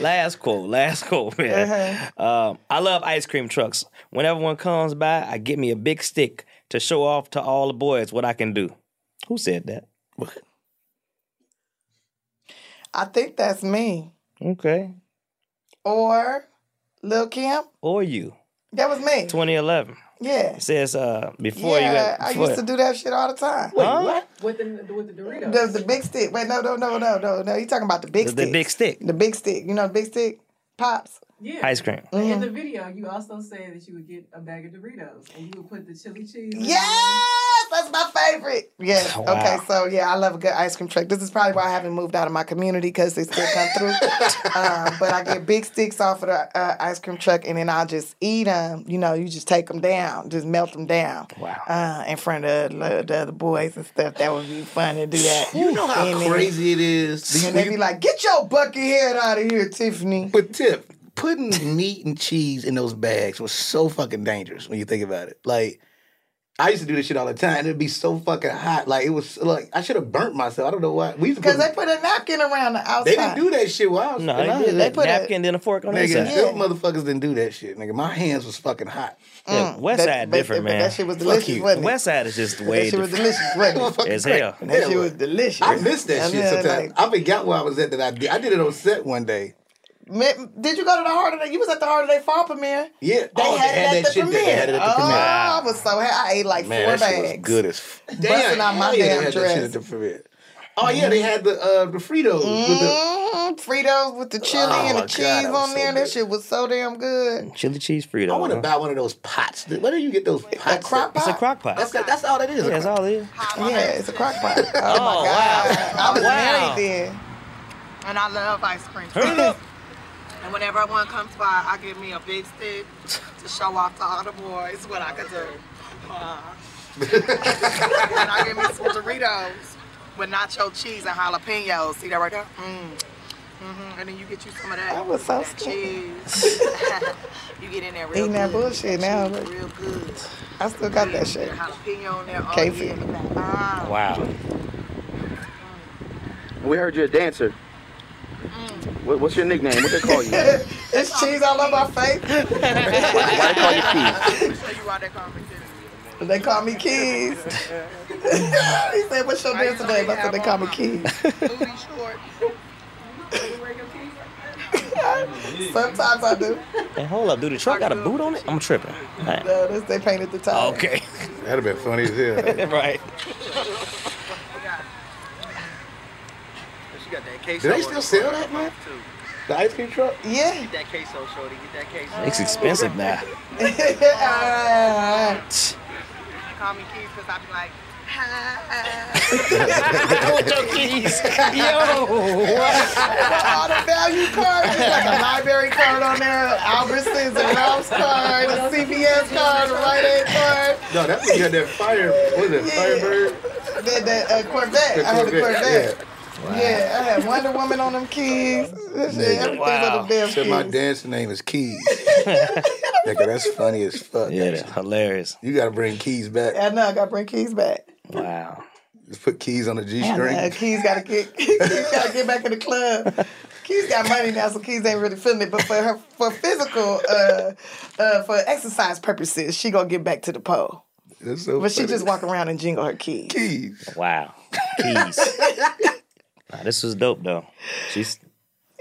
Speaker 4: last quote, last quote, man.
Speaker 6: Uh-huh.
Speaker 4: Um, I love ice cream trucks. Whenever one comes by, I get me a big stick to show off to all the boys what I can do. Who said that?
Speaker 7: I think that's me.
Speaker 4: Okay.
Speaker 7: Or Lil Kim.
Speaker 4: Or you?
Speaker 7: That was me.
Speaker 4: 2011.
Speaker 7: Yeah.
Speaker 4: It says uh, before
Speaker 7: yeah,
Speaker 4: you. Got,
Speaker 7: I
Speaker 4: before-
Speaker 7: used to do that shit all the time.
Speaker 4: Wait, Huh?
Speaker 7: what?
Speaker 11: With the with the Doritos.
Speaker 7: The, the big stick. Wait, no, no, no, no, no, no. You talking about the big
Speaker 4: The-
Speaker 7: stick?
Speaker 4: the big stick.
Speaker 7: The big stick. You know, the big stick pops.
Speaker 11: Yeah.
Speaker 4: Ice cream.
Speaker 6: Mm.
Speaker 11: In the video, you also said that you would get a bag of Doritos and you would put the chili cheese. in
Speaker 7: Yes, that's my favorite. Yeah.
Speaker 11: Wow.
Speaker 7: Okay. So yeah, I love a good ice cream truck. This is probably why I haven't moved out of my community because they still come through. um, but I get big sticks off of the uh, ice cream truck, and then I just eat them. You know, you just take them down, just melt them down.
Speaker 4: Wow.
Speaker 7: Uh, in front of the, the other boys and stuff. That would be fun to do that.
Speaker 6: You know how
Speaker 7: And then-
Speaker 6: crazy it is.
Speaker 7: And they be like, "Get your bucket head out of here, Tiffany."
Speaker 6: But Tiff, putting meat and cheese in those bags was so fucking dangerous when you think about it. Like, I used to do this shit all the time. It'd be so fucking hot. Like it was like I should have burnt myself. I don't know why. We used to
Speaker 7: Because
Speaker 6: put,
Speaker 7: they put a napkin around the outside.
Speaker 6: they didn't do that shit while I was
Speaker 4: No,
Speaker 6: and
Speaker 4: they
Speaker 6: I-
Speaker 4: did. They put a- Napkin, then a fork on the
Speaker 6: Nigga,
Speaker 4: inside.
Speaker 6: them motherfuckers didn't do that shit, nigga. My hands was fucking hot.
Speaker 4: Yeah, West Side different, man.
Speaker 6: mm. That shit was delicious, wasn't it?
Speaker 4: West Side is just
Speaker 6: That
Speaker 4: way
Speaker 6: shit was
Speaker 4: different.
Speaker 6: delicious, wasn't it?
Speaker 4: As hell.
Speaker 7: That shit was delicious.
Speaker 6: I miss that
Speaker 7: I
Speaker 6: shit
Speaker 7: mean,
Speaker 6: sometimes. I forgot where I was at that I did. I did it on set one day.
Speaker 7: Ma- Did you go to the heart of the? You was at the heart of their fall premiere.
Speaker 6: Yeah.
Speaker 7: They
Speaker 6: Oh,
Speaker 7: had, it at the
Speaker 6: shit
Speaker 7: premiere.
Speaker 6: there. They had it at the
Speaker 7: oh,
Speaker 6: premiere.
Speaker 7: I was so happy. I ate like
Speaker 6: Man,
Speaker 7: four
Speaker 6: that shit was
Speaker 7: bags.
Speaker 6: good as f-
Speaker 7: Busting out my
Speaker 6: hell yeah, they
Speaker 7: damn
Speaker 6: had that shit at
Speaker 7: dress.
Speaker 6: the premiere. Oh yeah, they had the uh, the Fritos with the
Speaker 7: Mm, Fritos with the chili
Speaker 6: Oh,
Speaker 7: and
Speaker 6: my
Speaker 7: the
Speaker 6: God,
Speaker 7: cheese
Speaker 6: that was Mm,
Speaker 7: on there. That shit was so damn good.
Speaker 4: Chili cheese Frito.
Speaker 6: I want to
Speaker 4: huh?
Speaker 6: buy one of those pots. Where do you get those pots? A crock
Speaker 4: It's a crock pot.
Speaker 6: That's, that's all it is.
Speaker 4: Yeah, that's all it is.
Speaker 7: Yeah, it's a crock pot. Oh,
Speaker 4: Oh,
Speaker 7: my God.
Speaker 4: wow.
Speaker 7: I was
Speaker 4: Wow.
Speaker 7: married then.
Speaker 13: And I love ice cream.
Speaker 4: Turn it up.
Speaker 13: And whenever one comes by, I give me a big stick to show off to all the boys what I can do. Uh, and I give me some Doritos with nacho cheese and jalapenos. See that right there? Mm. hmm And then you get you some of that.
Speaker 7: I was so
Speaker 13: that
Speaker 7: skinny.
Speaker 13: cheese. you get in there real
Speaker 7: Eating that
Speaker 13: good.
Speaker 7: bullshit now.
Speaker 13: Cheese
Speaker 7: look.
Speaker 13: Real good.
Speaker 7: I still got that shit.
Speaker 13: Jalapeno in there. Oh,
Speaker 7: Can't
Speaker 13: yeah.
Speaker 7: feel it.
Speaker 4: Wow.
Speaker 14: We heard you're a dancer. What, what's your nickname? What they call you?
Speaker 7: it's cheese all over my face.
Speaker 14: Why they call you Keith?
Speaker 7: they call me Keys. he said, "What's your dance today?" I said, "They call me Keys."
Speaker 13: Booty short.
Speaker 7: Sometimes I do.
Speaker 4: Hey, hold up, dude. The truck got a boot on it? I'm tripping. Alright.
Speaker 7: No, this, they painted the tire.
Speaker 4: Okay.
Speaker 6: That'd have been funny as hell.
Speaker 4: right.
Speaker 14: She got that queso.
Speaker 6: Do they still sell that, man? The ice cream truck?
Speaker 7: Yeah.
Speaker 14: Get that queso, shorty. Get that queso.
Speaker 4: It's expensive now.
Speaker 7: Ah.
Speaker 13: Call me Keith because I'd be like,
Speaker 4: I want your keys. Yo.
Speaker 7: All the value cards, it's like a library card on there, Albertsons, a Ralph's card, a CVS card, a Rite Aid card,
Speaker 6: No, that thing got that fire. What is it? Firebird?
Speaker 7: the, the uh, Corvette.
Speaker 6: The
Speaker 7: I had a
Speaker 6: Corvette,
Speaker 7: Corvette.
Speaker 6: yeah.
Speaker 7: Yeah, I had Wonder Woman on them keys. Everything's on the damn
Speaker 6: Said my
Speaker 7: keys.
Speaker 6: dancing name is Keys. Nigga, that's funny as fuck.
Speaker 4: Yeah, that's hilarious.
Speaker 6: You gotta bring Keys back.
Speaker 7: I know I gotta bring keys back.
Speaker 4: Wow.
Speaker 6: Just put Keys on a G
Speaker 7: Damn,
Speaker 6: string.
Speaker 7: uh, Keys gotta get Keys gotta get back in the club. Keys got money now, so Keys ain't really feeling it. But for her, for physical, uh, uh, for exercise purposes, she gonna get back to the pole.
Speaker 6: That's so
Speaker 7: but she
Speaker 6: funny.
Speaker 7: just walk around and jingle her keys.
Speaker 6: Keys.
Speaker 4: Wow. Keys. Nah, this was dope though. She's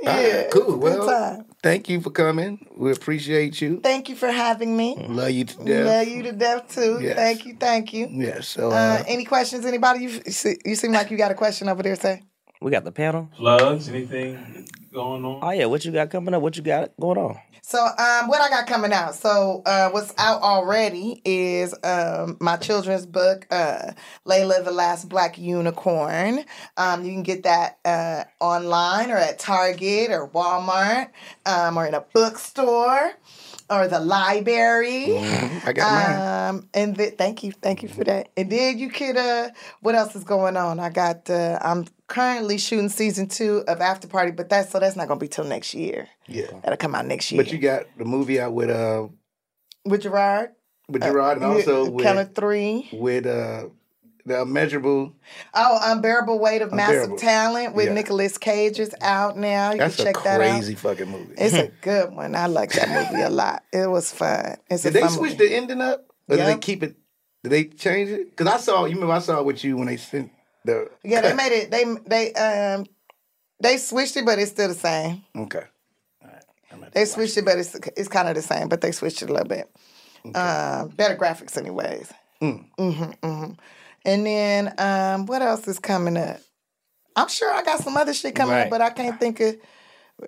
Speaker 7: Yeah.
Speaker 6: Cool.
Speaker 7: Good
Speaker 6: Well,
Speaker 7: time.
Speaker 6: thank you for coming. We appreciate you.
Speaker 7: Thank you for having me.
Speaker 6: Love you to death.
Speaker 7: Love you to death too.
Speaker 6: Mm-hmm. Yes.
Speaker 7: Thank you, thank you.
Speaker 6: Yeah, so
Speaker 7: Uh,
Speaker 6: uh,
Speaker 7: any questions? Anybody? You, see, you seem like you got a question over there. Say.
Speaker 4: we got the panel.
Speaker 15: Plugs, anything going on?
Speaker 4: Oh yeah, what you got coming up? What you got going on?
Speaker 7: So, um, what I got coming out? So, uh, what's out already is um, my children's book, uh, Layla the Last Black Unicorn. Um, you can get that uh, online or at Target or Walmart um, or in a bookstore or the library.
Speaker 6: uh, I got mine.
Speaker 7: Um, and th- thank you, thank you for that. And then you could, uh, what else is going on? I got, uh, I'm currently shooting season two of After Party, but that's so that's not gonna be till next year.
Speaker 6: Yeah.
Speaker 7: That'll come out next year.
Speaker 6: But you got the movie out with uh
Speaker 7: with Gerard,
Speaker 6: with
Speaker 7: Uh,
Speaker 6: Gerard and
Speaker 7: yeah,
Speaker 6: also
Speaker 7: Keller
Speaker 6: with
Speaker 7: three.
Speaker 6: with uh the immeasurable.
Speaker 7: Oh, unbearable weight of
Speaker 6: Unbearable.
Speaker 7: massive talent with
Speaker 6: Yeah.
Speaker 7: Nicolas Cage is out now. You
Speaker 6: That's
Speaker 7: can
Speaker 6: a
Speaker 7: check that out.
Speaker 6: crazy fucking movie.
Speaker 7: It's a good one. I like that movie a lot. It was fun. It's
Speaker 6: did
Speaker 7: a
Speaker 6: they
Speaker 7: fun
Speaker 6: switch
Speaker 7: movie.
Speaker 6: the ending up? Or did
Speaker 7: Yep.
Speaker 6: they keep it? Did they change it? Because I saw you remember I saw it with you when they sent the
Speaker 7: Yeah, they
Speaker 6: cut.
Speaker 7: made it. They they um they switched it, but it's still the same.
Speaker 6: Okay.
Speaker 7: They switched it, but it's it's kind of the same. But they switched it a little bit. Um, better graphics, anyways.
Speaker 6: Mm.
Speaker 7: hmm hmm And then um, what else is coming up? I'm sure I got some other shit coming
Speaker 6: Right.
Speaker 7: up, but I can't think of,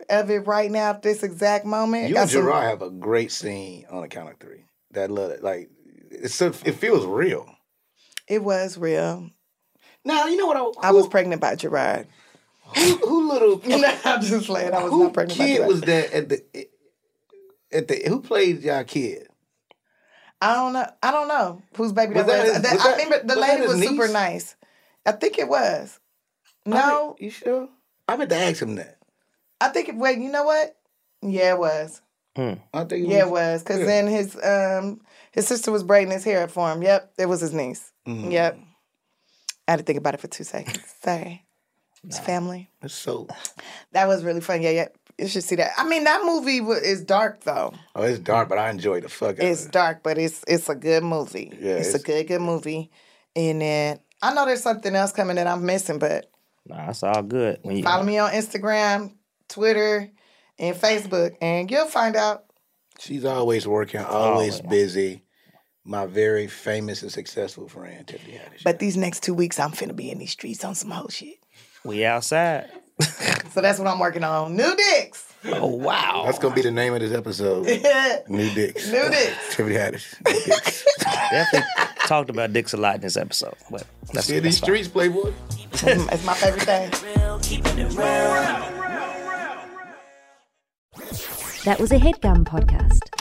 Speaker 7: of it right now at this exact moment.
Speaker 6: You
Speaker 7: Got
Speaker 6: and
Speaker 7: some-
Speaker 6: Gerard have a great scene on the count of three. That love it. Like it's so, it feels real.
Speaker 7: It was real.
Speaker 6: Now you know what I,
Speaker 7: I was pregnant by Gerard.
Speaker 6: Who, who little?
Speaker 7: I'm just playing. I was
Speaker 6: who
Speaker 7: not pregnant by
Speaker 6: kid
Speaker 7: Gerard.
Speaker 6: was that at the at the who played y'all kid?
Speaker 7: I don't know. I don't know whose baby
Speaker 6: Was
Speaker 7: that,
Speaker 6: that
Speaker 7: was.
Speaker 6: his-
Speaker 7: That-
Speaker 6: was
Speaker 7: I
Speaker 6: that-
Speaker 7: remember the
Speaker 6: was that
Speaker 7: lady
Speaker 6: his
Speaker 7: was super
Speaker 6: niece?
Speaker 7: nice. I think it was. No,
Speaker 6: you sure? I meant to ask him that.
Speaker 7: I think it. Wait, you know what? Yeah, it was.
Speaker 6: I think
Speaker 7: Yeah, it was. Cause
Speaker 6: yeah.
Speaker 7: then his um his sister was braiding his hair for him. Yep, it was his niece.
Speaker 6: Mm.
Speaker 7: Yep. I had to think about it for two seconds. Sorry, it's family.
Speaker 6: It's so
Speaker 7: That was really fun. Yeah, yeah. You should see that. I mean, that movie wa- is dark though.
Speaker 6: oh it's dark, but I enjoyed the fuck out.
Speaker 7: It's dark, but it's it's a good movie.
Speaker 6: Yeah,
Speaker 7: it's,
Speaker 6: it's-
Speaker 7: a good good movie. And then I know there's something else coming that I'm missing, but
Speaker 4: Nah, it's all good. When you
Speaker 7: follow me on Instagram, Twitter, and Facebook, and you'll find out.
Speaker 6: She's always working, always busy. My very famous and successful friend Tiffany Haddish.
Speaker 7: But these next two weeks, I'm finna be in these streets on some whole shit.
Speaker 4: we outside.
Speaker 7: So that's what I'm working on. New dicks.
Speaker 4: Oh wow.
Speaker 6: That's gonna be the name of this episode.
Speaker 7: New
Speaker 6: New dicks.
Speaker 7: dicks.
Speaker 6: Tiffany Haddish.
Speaker 4: Definitely talked about dicks a lot in this episode. But that's,
Speaker 6: See
Speaker 4: that's
Speaker 6: these
Speaker 4: fine.
Speaker 6: streets, Playboy.
Speaker 7: It's my favorite thing.
Speaker 1: That was a headgum podcast.